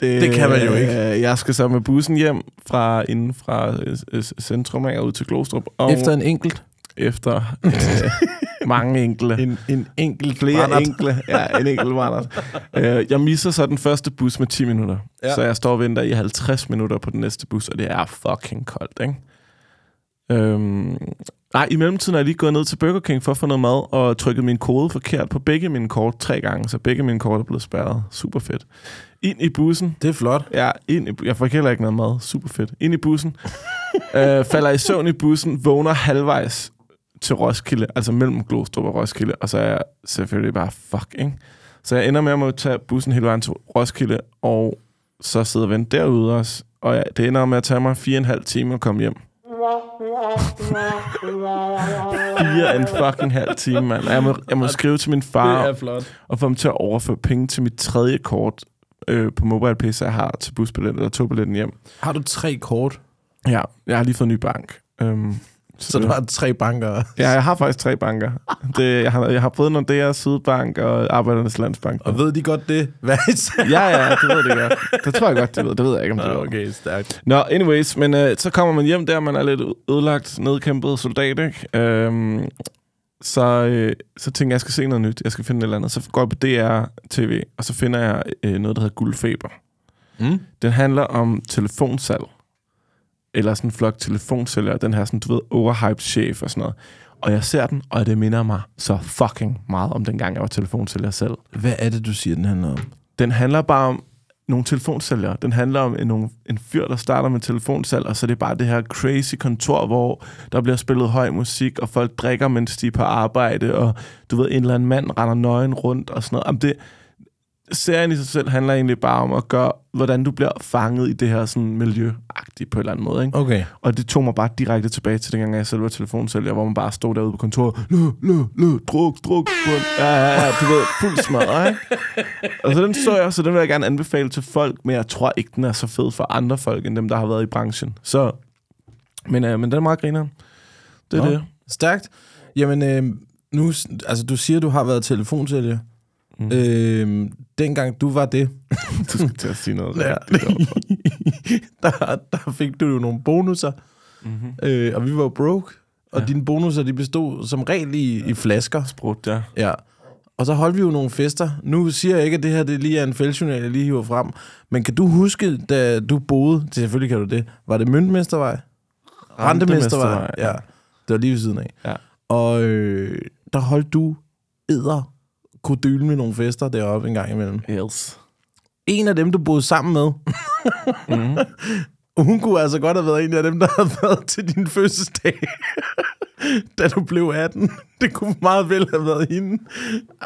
Speaker 1: Det kan man jo ikke.
Speaker 2: Øh, jeg skal så med bussen hjem fra, inden fra øh, øh, centrum af og ud til Glostrup. Og
Speaker 7: Efter en enkelt.
Speaker 2: efter øh, mange enkelte. En, en enkelt flere
Speaker 1: brændert.
Speaker 2: enkle. Ja, en enkelt brændert. øh, jeg misser så den første bus med 10 minutter. Ja. Så jeg står og venter i 50 minutter på den næste bus, og det er fucking koldt, ikke? Øhm, nej, i mellemtiden er jeg lige gået ned til Burger King for at få noget mad, og trykket min kode forkert på begge mine kort tre gange, så begge mine kort er blevet spærret. Super fedt. Ind i bussen,
Speaker 1: Det er flot.
Speaker 2: Ja, ind i, bu- jeg fik heller ikke noget mad. Super fedt. Ind i bussen. øh, falder i søvn i bussen, vågner halvvejs til Roskilde, altså mellem Glostrup og Roskilde, og så er jeg selvfølgelig bare fuck, ikke? Så jeg ender med at må tage bussen hele vejen til Roskilde, og så sidder og vente derude også, og jeg, det ender med at tage mig fire og en halv time at komme hjem. fire og en fucking halv time, mand. Og Jeg må, jeg må skrive til min far
Speaker 7: flot.
Speaker 2: og få dem til at overføre penge til mit tredje kort øh, på MobilePay, så jeg har til busbilletten eller togbilletten hjem.
Speaker 1: Har du tre kort?
Speaker 2: Ja, jeg har lige fået en ny bank. Øhm,
Speaker 1: Så du har tre banker.
Speaker 2: ja, jeg har faktisk tre banker. Det, jeg, har, jeg har fået Nordea, Sydbank og Arbejdernes Landsbank.
Speaker 1: Og ved de godt det? Hvad er
Speaker 2: Ja, ja, det ved det godt. Det tror jeg godt, de ved. Det ved jeg ikke, om de ved.
Speaker 1: Ah, Okay, stærkt.
Speaker 2: Nå, anyways, men øh, så kommer man hjem der, man er lidt ødelagt, nedkæmpet soldat, ikke? Øhm, så, øh, så tænker jeg, jeg skal se noget nyt, jeg skal finde et eller andet. Så går jeg på DR-TV, og så finder jeg øh, noget, der hedder Guldfeber.
Speaker 1: Mm.
Speaker 2: Den handler om telefonsalg. Eller sådan en flok telefonsælgere, den her sådan, du ved, overhyped chef og sådan noget. Og jeg ser den, og det minder mig så fucking meget om dengang, jeg var telefonsælger selv.
Speaker 1: Hvad er det, du siger, den handler om?
Speaker 2: Den handler bare om nogle telefonsælgere. Den handler om en, nogle- en fyr, der starter med telefonsalg, og så er det bare det her crazy kontor, hvor der bliver spillet høj musik, og folk drikker, mens de er på arbejde, og du ved, en eller anden mand render nøgen rundt og sådan noget. Jamen det, serien i sig selv handler egentlig bare om at gøre, hvordan du bliver fanget i det her sådan miljøagtigt på en eller anden måde. Ikke?
Speaker 1: Okay.
Speaker 2: Og det tog mig bare direkte tilbage til dengang, jeg selv var telefonsælger, hvor man bare stod derude på kontoret, lø, lø, lø, druk, druk, bund. Ja, ja, ja, du ved, fuld smadret, ikke? Og så den så jeg, så den vil jeg gerne anbefale til folk, men jeg tror ikke, den er så fed for andre folk, end dem, der har været i branchen. Så, men, øh, men den er meget grineren. Det er
Speaker 1: Nå,
Speaker 2: det.
Speaker 1: Stærkt. Jamen, øh, nu, altså, du siger, du har været telefonsælger. Mm. Øh, dengang du var det,
Speaker 2: Du skal til at sige noget. Ja.
Speaker 1: der, der fik du jo nogle bonusser, mm-hmm. øh, og vi var jo broke, og ja. dine bonusser, de bestod som regel i, i flasker.
Speaker 2: Brugt, ja.
Speaker 1: Ja. Og så holdt vi jo nogle fester. Nu siger jeg ikke, at det her det lige er en fællesjournal, jeg lige hiver frem. Men kan du huske, da du boede, det selvfølgelig kan du det, var det Møntmestervej? Rentemestervej.
Speaker 2: Rentemestervej,
Speaker 1: Ja. Det var lige ved siden af.
Speaker 2: Ja.
Speaker 1: Og øh, der holdt du æder kodylen med nogle fester deroppe en gang imellem.
Speaker 2: Yes.
Speaker 1: En af dem, du boede sammen med, mm-hmm. hun kunne altså godt have været en af dem, der havde været til din fødselsdag, da du blev 18. Det kunne meget vel have været hende.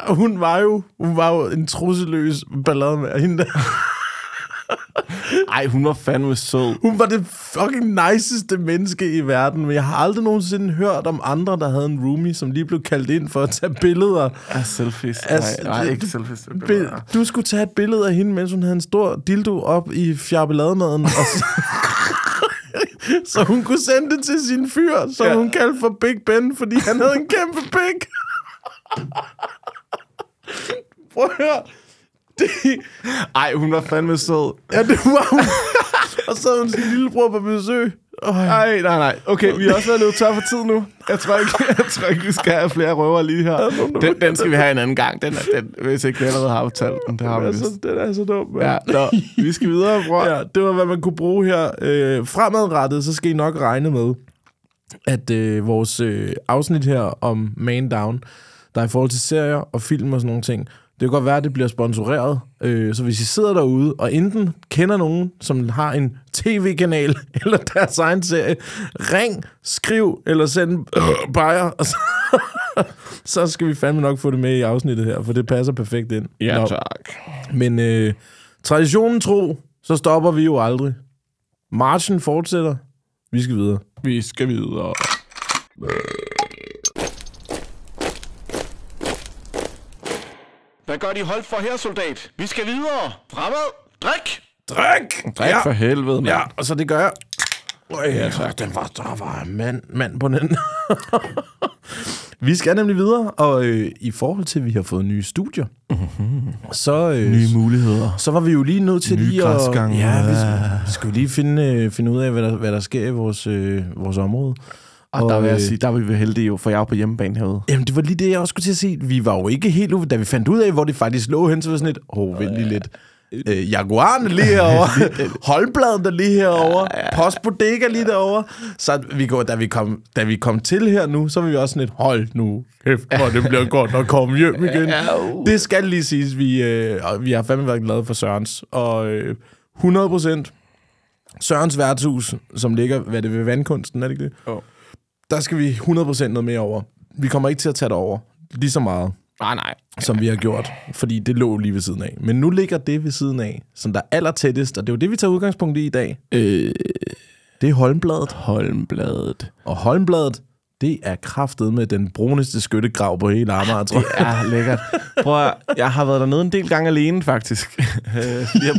Speaker 1: Og Hun var jo, hun var jo en trusseløs ballade med hende der.
Speaker 2: Ej, hun var fandme sød.
Speaker 1: Hun var det fucking niceste menneske i verden, men jeg har aldrig nogensinde hørt om andre, der havde en roomie, som lige blev kaldt ind for at tage billeder.
Speaker 2: Ja, selfies.
Speaker 1: Altså,
Speaker 2: nej, nej,
Speaker 1: det-
Speaker 2: ikke selfies. det er
Speaker 1: Bill,
Speaker 2: bedre.
Speaker 1: du skulle tage et billede af hende, mens hun havde en stor dildo op i fjarbelademaden. Og så, så hun kunne sende det til sin fyr, som ja. hun kaldte for Big Ben, fordi han havde en kæmpe pik. Prøv at høre. Det,
Speaker 2: Ej, hun var fandme sød.
Speaker 1: ja, det var hun. og så havde hun sin lillebror på besøg. Øj.
Speaker 2: Nej, nej, nej. Okay, vi er også ved at løbe tør for tid nu. Jeg tror ikke, jeg tror ikke vi skal have flere røver lige her. Den, den skal vi have en anden gang, den, er- den, hvis ikke vi allerede har aftalt. den. Det har vi vist.
Speaker 1: Altså, den er så dum, mand.
Speaker 2: Ja, nå, vi skal videre, bror.
Speaker 1: Ja, det var, hvad man kunne bruge her. Øh, fremadrettet, så skal I nok regne med, at øh, vores øh, afsnit her om Man Down, der er i forhold til serier og film og sådan nogle ting, det kan godt være, at det bliver sponsoreret. Øh, så hvis I sidder derude og enten kender nogen, som har en tv-kanal eller deres egen serie, ring, skriv eller send øh, bajer, og så, så skal vi fandme nok få det med i afsnittet her, for det passer perfekt ind. Nå.
Speaker 2: tak.
Speaker 1: Men øh, traditionen tro, så stopper vi jo aldrig. Marchen fortsætter. Vi skal videre.
Speaker 2: Vi skal videre.
Speaker 7: Hvad gør de holdt for her, soldat? Vi skal videre. Fremad. Drik!
Speaker 1: Drik!
Speaker 2: Drik for helvede, mand.
Speaker 1: Ja, og så det gør jeg. Øj, ja, tak. Den var, der var en mand, mand på den. vi skal nemlig videre, og øh, i forhold til, at vi har fået nye studier, så, øh,
Speaker 2: Mm-hmm. Nye muligheder.
Speaker 1: så var vi jo lige nødt til
Speaker 2: Nye
Speaker 1: lige at...
Speaker 2: græsgange.
Speaker 1: Ja, vi skal, skal jo lige finde, øh, finde ud af, hvad der, hvad der sker i vores, øh, vores område.
Speaker 2: Og, og Ah, der vil
Speaker 1: øh,
Speaker 2: jeg sige, der er vi heldige jo, for jeg er jo på hjemmebane herude.
Speaker 1: Jamen, det var lige det, jeg også skulle til at sige. Vi var jo ikke helt ude. Da vi fandt ud af, hvor det faktisk lå hen, så var det sådan lidt, åh, oh, vent lige lidt. Øh, Jaguaren er lige herovre, Holmbladet er lige herovre, Postbodega lige derovre. Så vi går, da, vi kom, da vi kom til her nu, så var vi også sådan lidt, hold nu kæft, hvor det bliver godt at komme hjem igen. Det skal lige siges, vi, øh, og vi har fandme været glade for Sørens. Og øh, 100 procent Sørens værtshus, som ligger, hvad er det ved vandkunsten, er det ikke det?
Speaker 2: Jo.
Speaker 1: Der skal vi 100% noget mere over. Vi kommer ikke til at tage det over lige så meget,
Speaker 2: Nej, Ah, nej.
Speaker 1: som vi har gjort, fordi det lå lige ved siden af. Men nu ligger det ved siden af, som der er allertættest, og det er jo det, vi tager udgangspunkt i i dag.
Speaker 2: Øh,
Speaker 1: Det er Holmbladet.
Speaker 2: Holmbladet.
Speaker 1: Og Holmbladet, det er kraftet med den bruneste skyttegrav på hele Amager, tror jeg.
Speaker 2: Ja, lækkert. Prøv at, jeg har været dernede en del gange alene, faktisk. Øh, jeg,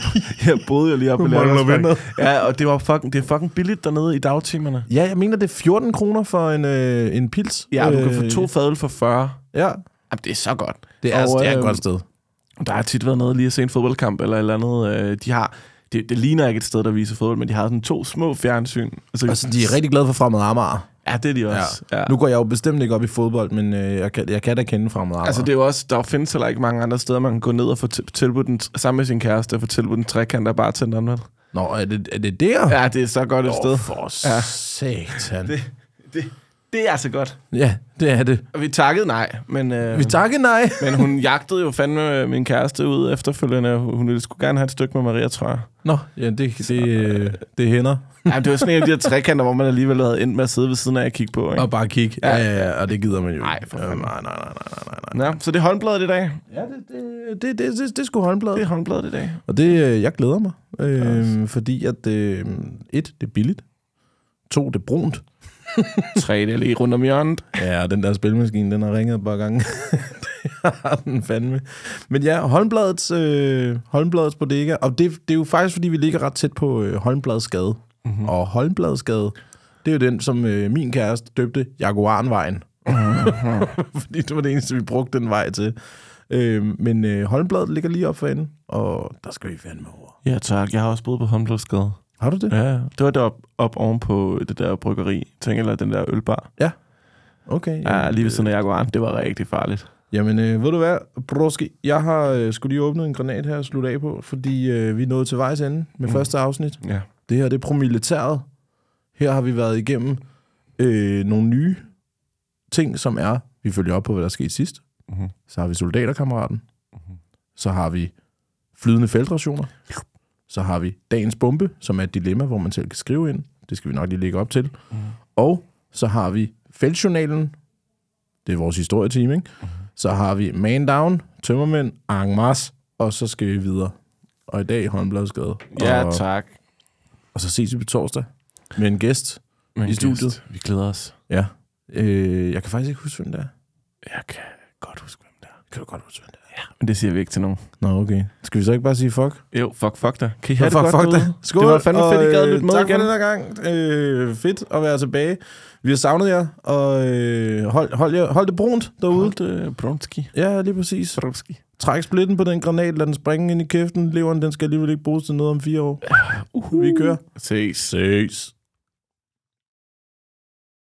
Speaker 2: jeg boede jo lige oppe i
Speaker 1: mangler
Speaker 2: Landersbank. Ja, og det var fucking, det er fucking billigt dernede i dagtimerne.
Speaker 1: Ja, jeg mener, det er 14 kroner for en, øh, en pils.
Speaker 2: Ja, du kan
Speaker 1: Øh,
Speaker 2: få to fadøl for 40.
Speaker 1: Ja,
Speaker 2: Jamen, det er så godt.
Speaker 1: det er, altså-
Speaker 2: Og,
Speaker 1: det er
Speaker 2: øh,
Speaker 1: et godt sted.
Speaker 2: Der har tit været noget lige at se en fodboldkamp eller et eller andet. Øh, de har, det, det ligner ikke et sted, der viser fodbold, men de har sådan to små fjernsyn. Altså,
Speaker 1: Og så de er rigtig glade for fremad Amager.
Speaker 2: Ja, det er de også.
Speaker 1: Ja. Nu går jeg jo bestemt ikke op i fodbold, men øh, jeg, kan, jeg kan da kende fremad Amager.
Speaker 2: Altså, det er jo også, der findes heller ikke mange andre steder, man kan gå ned og få til- tilbudt den, sammen med sin kæreste, og få tilbudt en trekant af bartenderen, vel?
Speaker 1: Nå, er det, er det der?
Speaker 2: Ja, det er så godt et
Speaker 1: Åh,
Speaker 2: sted.
Speaker 1: for ja. satan. Det.
Speaker 2: Det, det er altså godt.
Speaker 1: Ja, det er det.
Speaker 2: Og vi takkede nej, men, øh,
Speaker 1: Vi takker nej.
Speaker 2: men hun jagtede jo fandme øh, min kæreste ud efterfølgende. Hun ville sgu gerne have et stykke med Maria, tror jeg.
Speaker 1: Nå, ja, det, det, øh, det hænder.
Speaker 2: Ja, det var sådan en af de her trekanter, hvor man alligevel havde endt med at sidde ved siden af og kigge på. Ikke?
Speaker 1: Og bare kigge. Ja, ja, ja, og det gider man jo
Speaker 2: Nej,
Speaker 1: ikke.
Speaker 2: for
Speaker 1: Ja,
Speaker 2: fanden.
Speaker 1: nej, nej, nej, nej, nej, nej.
Speaker 2: Ja, så det er håndbladet i dag.
Speaker 1: Ja, det, det, det, det, det, det er sgu
Speaker 2: Det er
Speaker 1: håndbladet.
Speaker 2: håndbladet i dag.
Speaker 1: Og det, øh, jeg glæder mig. Øh, fordi at, øh, et, det er billigt. To, det er brunt.
Speaker 2: Tre, det er lige rundt om hjørnet.
Speaker 1: Ja, og den der spilmaskine, den har ringet et par gange. det har den fandme. Men ja, Holmbladets, øh, Holmbladets bodega, og det, det er jo faktisk, fordi vi ligger ret tæt på øh, Holmbladets gade.
Speaker 2: Mhm.
Speaker 1: Mm-hmm. Og Holmbladets gade, det er jo den, som øh, min kæreste døbte Jaguarenvejen.
Speaker 2: Mhm.
Speaker 1: fordi det var det eneste, vi brugte den vej til. Øh, men øh, Holmbladet ligger lige op for enden, og der skal vi fandme over.
Speaker 2: Ja, tak. Jeg har også boet på håndbladsgade.
Speaker 1: Har du det?
Speaker 2: Ja, det var deroppe op oven på det der bryggeri, tænker eller den der ølbar.
Speaker 1: ja. Okay.
Speaker 2: Ja, lige ved siden af Jaguaren. Det var rigtig farligt.
Speaker 1: Jamen, øh, ved du hvad, Broski, jeg har øh, skulle lige åbnet en granat her og slutte af på, fordi øh, vi er nået til vejs ende med mm. første afsnit.
Speaker 2: Ja.
Speaker 1: Det her, det er promilletæret. Her har vi været igennem øh, nogle nye ting, som er, vi følger op på, hvad der skete sidst. Mm. Så har vi soldaterkammeraten. Mm. Så har vi flydende feltrationer. Så har vi dagens bombe, som er et dilemma, hvor man selv kan skrive ind. Det skal vi nok lige lægge op til. Mm. Og så har vi feltjournalen. Det er vores historieteam, ikke? Mm. Så har vi man down, tømmermænd, en masse, og så skal vi videre. Og i dag håndbladsgade.
Speaker 2: Ja,
Speaker 1: og,
Speaker 2: tak.
Speaker 1: og så ses vi på torsdag med en gæst.
Speaker 2: Men
Speaker 1: I studiet.
Speaker 2: gæst, Vi glæder os.
Speaker 1: Ja. Øh, jeg kan faktisk ikke huske, hvem det er.
Speaker 2: Jeg kan godt huske, hvem det er.
Speaker 1: Kan du godt huske, hvem det er?
Speaker 2: Men det siger vi ikke til nogen.
Speaker 1: Nå, okay. Skal vi så ikke bare sige fuck?
Speaker 2: Jo, fuck, fuck dig. Kan I have
Speaker 1: fuck,
Speaker 2: det
Speaker 1: fuck
Speaker 2: godt derude?
Speaker 1: da. Skål,
Speaker 2: det var fandme
Speaker 1: og,
Speaker 2: fedt, I gad
Speaker 1: øh,
Speaker 2: lidt med
Speaker 1: Tak
Speaker 2: igen.
Speaker 1: for den her gang. Øh, fedt at være tilbage. Vi har savnet jer, og øh, hold, hold, jer- hold det brunt derude.
Speaker 2: Ude, øh, Bronski.
Speaker 1: Ja, lige præcis.
Speaker 2: Bronski.
Speaker 1: Træk splitten på den granat, lad den springe ind i kæften. Leveren, den skal alligevel ikke bruges til noget om fire år. Uh-huh. Vi kører.
Speaker 2: uhuh. Ses.
Speaker 1: Ses.